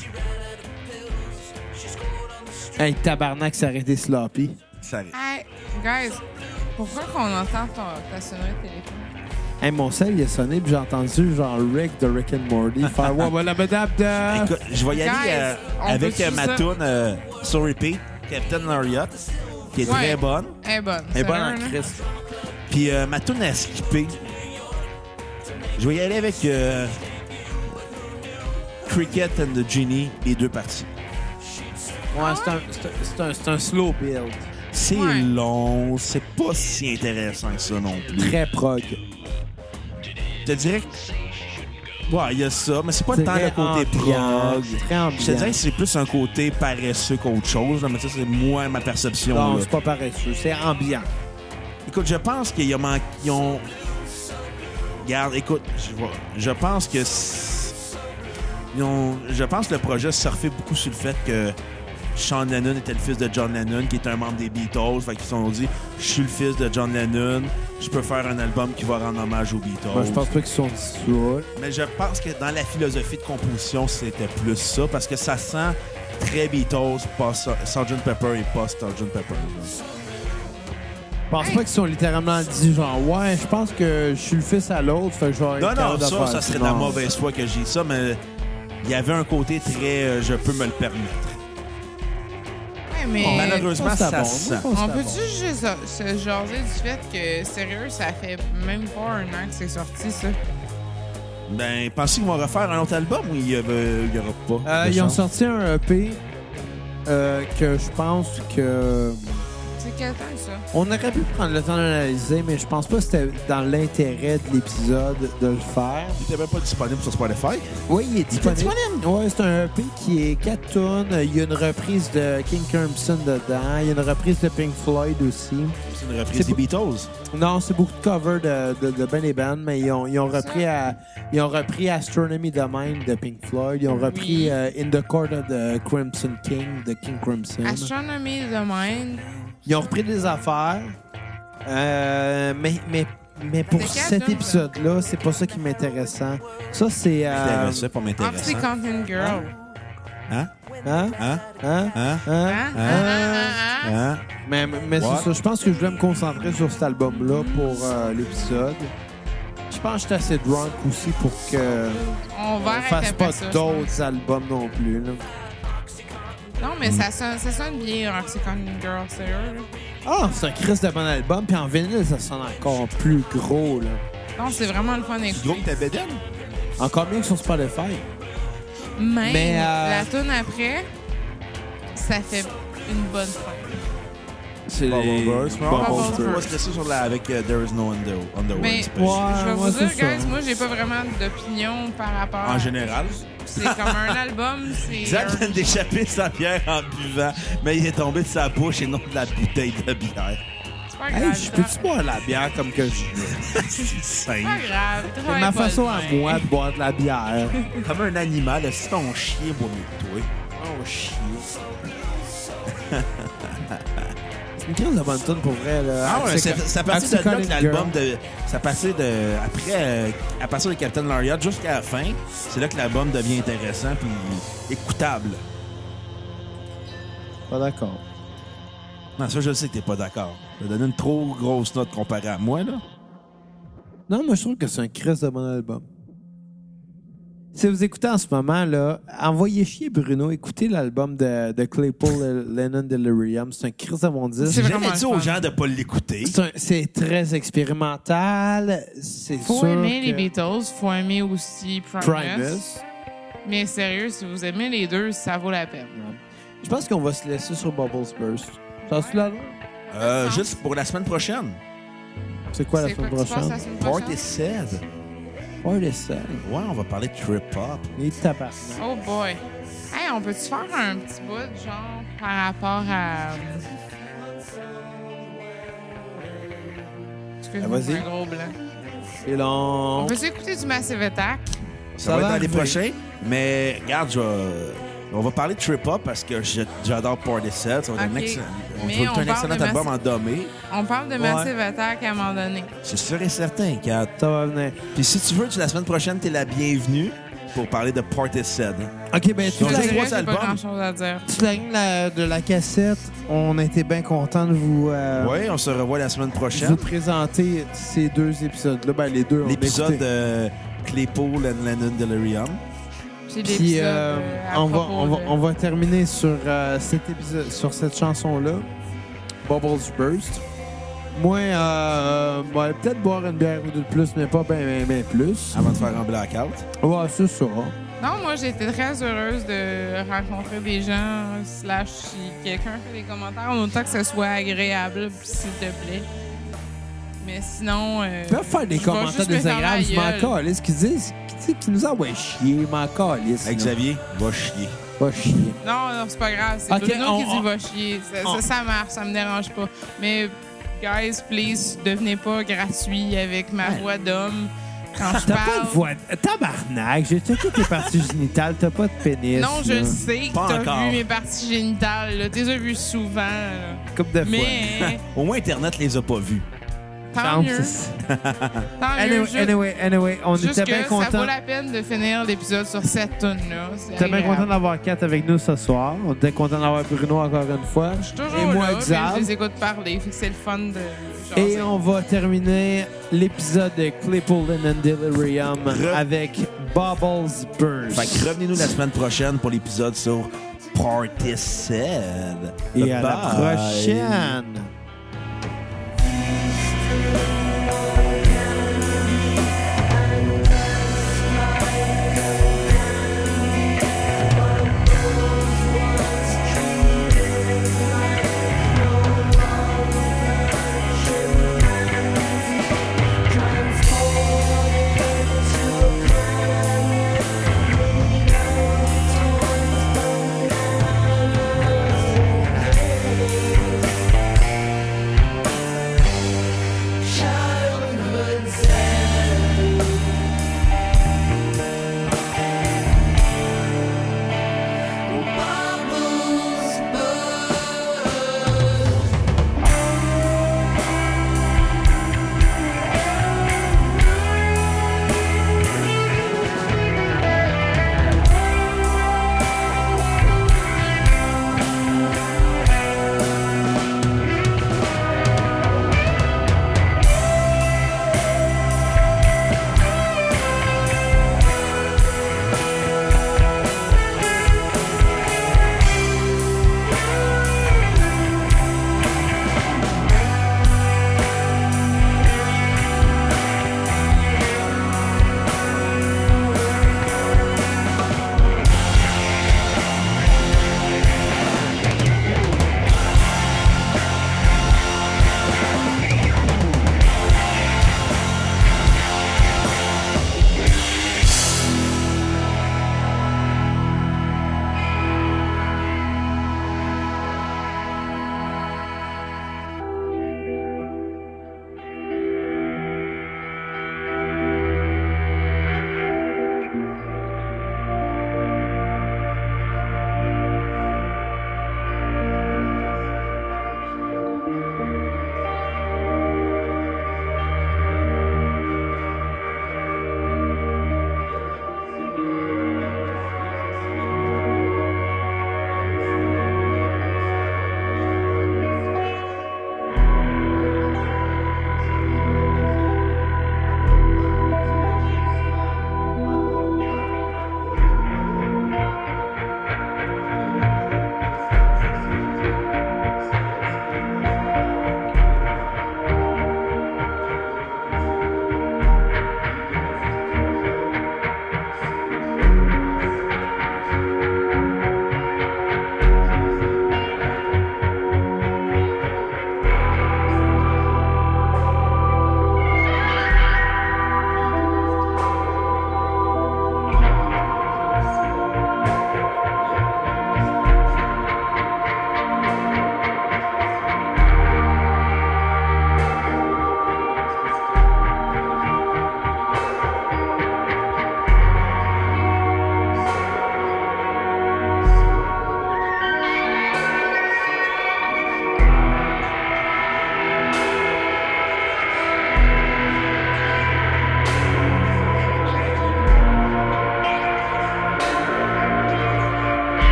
S3: Hey, tabarnak, ça aurait été sloppy.
S1: Ça-
S4: Hey, guys, pourquoi qu'on entend ton, ta sonnerie de téléphone?
S3: Hey, mon sel, il a sonné, puis j'ai entendu genre Rick de Rick and Morty faire « Ouais, voilà, madame de...
S1: Écoute, je vais y aller
S4: Ah. Guys,
S1: euh,
S4: on
S1: avec
S4: peut-tu
S1: euh, ma
S4: ça?
S1: toune euh, sur repeat, Captain Lariat, qui est
S4: Ouais.
S1: très bonne.
S4: Elle est bonne.
S3: Elle est bonne en
S4: sérieux, là.
S3: Christ.
S1: Puis euh, ma toune à skipper, je vais y aller avec euh, Cricket and the Genie, les deux parties.
S4: Ah
S3: Ouais, c'est un, c'est un- c'est un, c'est un slow build.
S1: C'est
S4: Ouais.
S1: long, c'est pas si intéressant que ça non plus.
S3: Très prog.
S1: Je te dirais que... Ouais, il y a ça, mais c'est pas tant le
S3: Très
S1: côté
S3: ambiant,
S1: prog.
S3: Très ambiant.
S1: Je te dirais que c'est plus un côté paresseux qu'autre chose, là, mais ça, c'est moi, ma perception.
S3: Non,
S1: là.
S3: c'est pas paresseux, c'est ambiant.
S1: Écoute, je pense qu'il y a manqué... Ils ont... Regarde, écoute, je, vois- je pense que... c'est- Ils ont... Je pense que le projet surfait beaucoup sur le fait que Sean Lennon était le fils de John Lennon, qui était un membre des Beatles. Fait qu'ils se sont dit, je suis le fils de John Lennon, je peux faire un album qui va rendre hommage aux Beatles.
S3: Moi, je pense pas qu'ils sont dissous.
S1: Mais je pense que dans la philosophie de composition, c'était plus ça, parce que ça sent très Beatles, pas Sgt. Sgt. Pepper et pas Sgt. Pepper. là.
S3: Je pense pas qu'ils sont littéralement dit genre ouais, je pense que je suis le fils à l'autre, fait que je vais être
S1: Non, non,
S3: capable de
S1: ça,
S3: faire
S1: ça serait de
S3: Non.
S1: la mauvaise foi que j'ai ça, mais il y avait un côté très euh, je peux me le permettre.
S4: Ouais, mais
S3: Je
S1: Malheureusement,
S3: pense que
S1: ça sent.
S3: c'est bon. Je pense que
S4: on
S3: c'est
S4: peut-tu
S3: bon.
S4: juste euh, se jaser du fait que, sérieux, ça fait même pas un an que c'est sorti, ça?
S1: Ben, pensez qu'ils vont refaire un autre album ou il n'y aura pas?
S3: Euh,
S1: de
S3: ils ont
S1: chance?
S3: sorti un EP euh, que je pense que
S4: C'est quel temps, ça?
S3: on aurait pu prendre le temps d'analyser, mais je pense pas que c'était dans l'intérêt de l'épisode de le faire.
S1: Il n'était même pas disponible sur Spotify.
S3: Oui, il est disponible.
S1: disponible?
S3: Ouais, c'est un EP qui est 4 tonnes. Il y a une reprise de King Crimson dedans. Il y a une reprise de Pink Floyd aussi.
S1: C'est une reprise
S3: C'est
S1: des Beatles.
S3: Non, c'est beaucoup de covers de, de, de Ben et Ben, mais ils ont, ils ont repris à, ils ont repris Astronomy Domain de Pink Floyd. Ils ont repris
S4: Oui.
S3: euh, In the Court of the Crimson King de King Crimson.
S4: Astronomy de même.
S3: Ils ont repris des affaires, euh, mais, mais, mais pour
S4: C'est quatre,
S3: cet
S4: là.
S3: épisode-là, c'est pas ça qui est intéressant. Ça, c'est. Euh,
S1: Intéressant, pas m'intéressant.
S4: Oxycontin Girl.
S1: Hein?
S3: hein?
S1: Hein?
S3: Hein?
S1: Hein?
S3: Hein?
S4: Hein? Hein? Hein? Hein?
S1: Hein?
S3: Mais, mais
S1: What?
S3: c'est ça. Je pense que je vais me concentrer sur cet album-là pour euh, l'épisode. Je pense que je suis assez drunk aussi pour que.
S4: On
S3: On
S4: va arrêter
S3: fasse
S4: après
S3: pas
S4: ça, je
S3: d'autres albums non plus. là. Mm.
S4: hein, pense. Non, mais ça sonne, ça sonne bien, Oxycontin Girl, sérieux. là.
S3: Ah, c'est un Christ de bon album, puis en vinyle, ça sonne encore plus gros, là.
S4: Non, c'est vraiment le fun à
S1: Du gros
S4: écouter.
S1: que ta bédaine?
S3: Encore mieux que sur Spotify.
S4: Même
S3: Mais, euh,
S4: la tune après, ça fait une bonne fin.
S1: C'est
S3: les-
S1: Bubble
S4: Bubble
S1: Burst.
S4: Burst.
S1: Moi, c'est ça sur la, avec euh, There is no under, Underworld
S4: Mais
S1: Space.
S3: Ouais.
S4: je vais
S3: Ah, moi,
S4: vous
S3: c'est
S4: dire,
S3: ça.
S4: guys, moi, j'ai pas vraiment d'opinion par rapport
S1: En
S4: à-
S1: général.
S4: C'est comme un album, c'est.
S1: Zach
S4: un-
S1: vient de d'échapper sa bière en buvant, mais il est tombé de sa bouche et non de la bouteille de bière.
S4: C'est pas
S3: Hey,
S4: grave.
S3: je
S4: Zach.
S3: peux-tu boire la bière comme que je veux?
S1: C'est
S4: pas
S1: simple.
S4: grave.
S3: C'est
S4: travaille
S3: ma
S4: pas le
S3: façon à
S4: vin.
S3: moi de boire de la bière.
S1: Comme un animal, si ton chien boit mieux que toi.
S3: Oh, chier. C'est une crise de bonne tune pour vrai, là.
S1: Ah ouais,
S3: Axel-
S1: c'est c'est à partir de
S3: Axel
S1: là que
S3: Collins
S1: l'album
S3: Girl.
S1: de. C'est à partir de. Après, euh, à partir de Captain Lariat jusqu'à la fin, c'est là que l'album devient intéressant puis écoutable.
S3: Pas d'accord.
S1: Non, ça, je sais que t'es pas d'accord. T'as donné une trop grosse note comparée à moi, là.
S3: Non, moi, je trouve que c'est un Christ de bon album. Si vous écoutez en ce moment, là, envoyez chier Bruno, écoutez l'album de, de Claypool le- Lennon Delirium. C'est un Christ de bon disque.
S4: C'est
S1: J'ai
S4: vraiment
S1: jamais dit
S4: le
S1: aux
S4: fun.
S1: gens de pas l'écouter.
S3: C'est un- C'est très expérimental. C'est
S4: Faut
S3: sûr
S4: aimer les
S3: que-
S4: Beatles, faut aimer aussi Primus.
S3: Primus.
S4: Mais sérieux, si vous aimez les deux, ça vaut la peine.
S3: Je pense qu'on va se laisser sur Bubbles Burst. Ça se là, là?
S1: Euh, juste pour la semaine prochaine.
S3: C'est quoi la
S4: C'est
S3: semaine
S4: quoi qui se passe la
S3: prochaine?
S4: semaine
S1: Part
S4: prochaine?
S1: is said.
S3: Oh, les scènes.
S1: Ouais, on va parler de trip hop.
S3: Les tabarnak.
S4: Oh boy. Hey, on peut-tu faire un petit bout, genre, par rapport à. Excuse-moi,
S3: Ah, vas-y.
S4: j'ai un gros blanc.
S3: C'est long.
S4: On peut-tu écouter du Massive Attack?
S1: Ça,
S3: Ça
S1: va,
S3: va
S1: être dans les
S3: arriver.
S1: prochains. Mais regarde, je vais- on va parler de trip hop parce que je- j'adore Part is said. Ça va être un
S4: Ok.
S1: excellent, on
S4: Mais
S1: va être
S4: on
S1: un
S4: parle
S1: excellent
S4: de
S1: album
S4: Massive-
S1: endommé.
S4: On parle de Massive Attack à un moment donné.
S1: C'est sûr et certain, Kat.
S3: Ça va venir.
S1: Puis si tu veux, tu- la semaine prochaine, t'es la bienvenue pour parler de Part is Said.
S3: OK, ben, toute
S1: Donc,
S3: la,
S1: c'est- trois
S4: Sérieux, j'ai pas
S1: albums.
S4: grand-chose à dire.
S3: toute la ligne de la- de la cassette, on était bien content de vous, euh,
S1: Oui, on se revoit la semaine
S3: vous
S1: prochaine.
S3: présenter ces deux épisodes-là. Ben, les deux, on a
S1: L'épisode
S3: écouté.
S1: de Claypool and Lennon Delirium.
S4: J'ai des
S3: Puis,
S4: épisodes,
S3: euh,
S4: euh, à
S3: on, va,
S4: propos
S3: on, va,
S4: de-
S3: on va terminer sur, euh, cet épisode, sur cette chanson-là, Bubbles Burst. Moi, euh, ouais, peut-être boire une bière ou deux de plus, mais pas bien plus.
S1: Avant de faire un blackout.
S3: Ouais, c'est ça.
S4: Non, moi, j'ai été très heureuse de rencontrer des gens, slash, si quelqu'un fait des commentaires, en autant que ce soit agréable, s'il te plaît. Mais sinon. Euh,
S3: Ils peuvent faire des
S4: je vais
S3: commentaires
S4: juste me faire
S3: désagréables,
S4: la
S3: je m'en
S4: gueule.
S3: calisse, qu'ils disent, qu'ils disent- qu'ils nous envoient chier, je m'en calisse, là.
S1: Avec Xavier, va chier.
S3: Pas chier.
S4: Non, non, c'est pas grave. C'est
S3: Ok,
S4: Bruno
S3: on-
S4: qui dit
S3: on-
S4: va chier. Ça,
S3: on-
S4: ça, ça marche, ça me dérange pas. Mais, guys, please, devenez pas gratuit avec ma
S3: Ouais.
S4: voix d'homme quand je
S3: T'as pas
S4: parle.
S3: de voix. Tabarnak, j'ai checké tes parties génitales, t'as pas de pénis.
S4: Non, je
S3: là.
S4: le sais que
S1: Pas
S4: t'as
S1: encore.
S4: vu mes parties génitales. là. T'es déjà vu souvent. là.
S3: Coupe de fois.
S4: Mais
S1: Au moins, Internet les a pas vus.
S4: tant
S3: Chance.
S4: mieux. Tant mieux.
S3: Anyway,
S4: juste-
S3: anyway, anyway, on
S4: Juste
S3: était
S4: que
S3: bien
S4: ça vaut
S3: contents.
S4: la peine de finir l'épisode sur cette euh, tune là
S3: On était bien content d'avoir Kat avec nous ce soir. On était content d'avoir Bruno encore une fois.
S4: Je suis toujours
S3: Et moi,
S4: là, puis
S3: Xav.
S4: je les écoute parler. Fait que c'est le fun de jaser.
S3: Et on va terminer l'épisode de Claypool and Delirium
S1: Re-
S3: avec Bubbles Burst.
S1: Fait que revenez-nous la semaine prochaine pour l'épisode sur Part is Said.
S3: Et à la
S1: Bye.
S3: prochaine!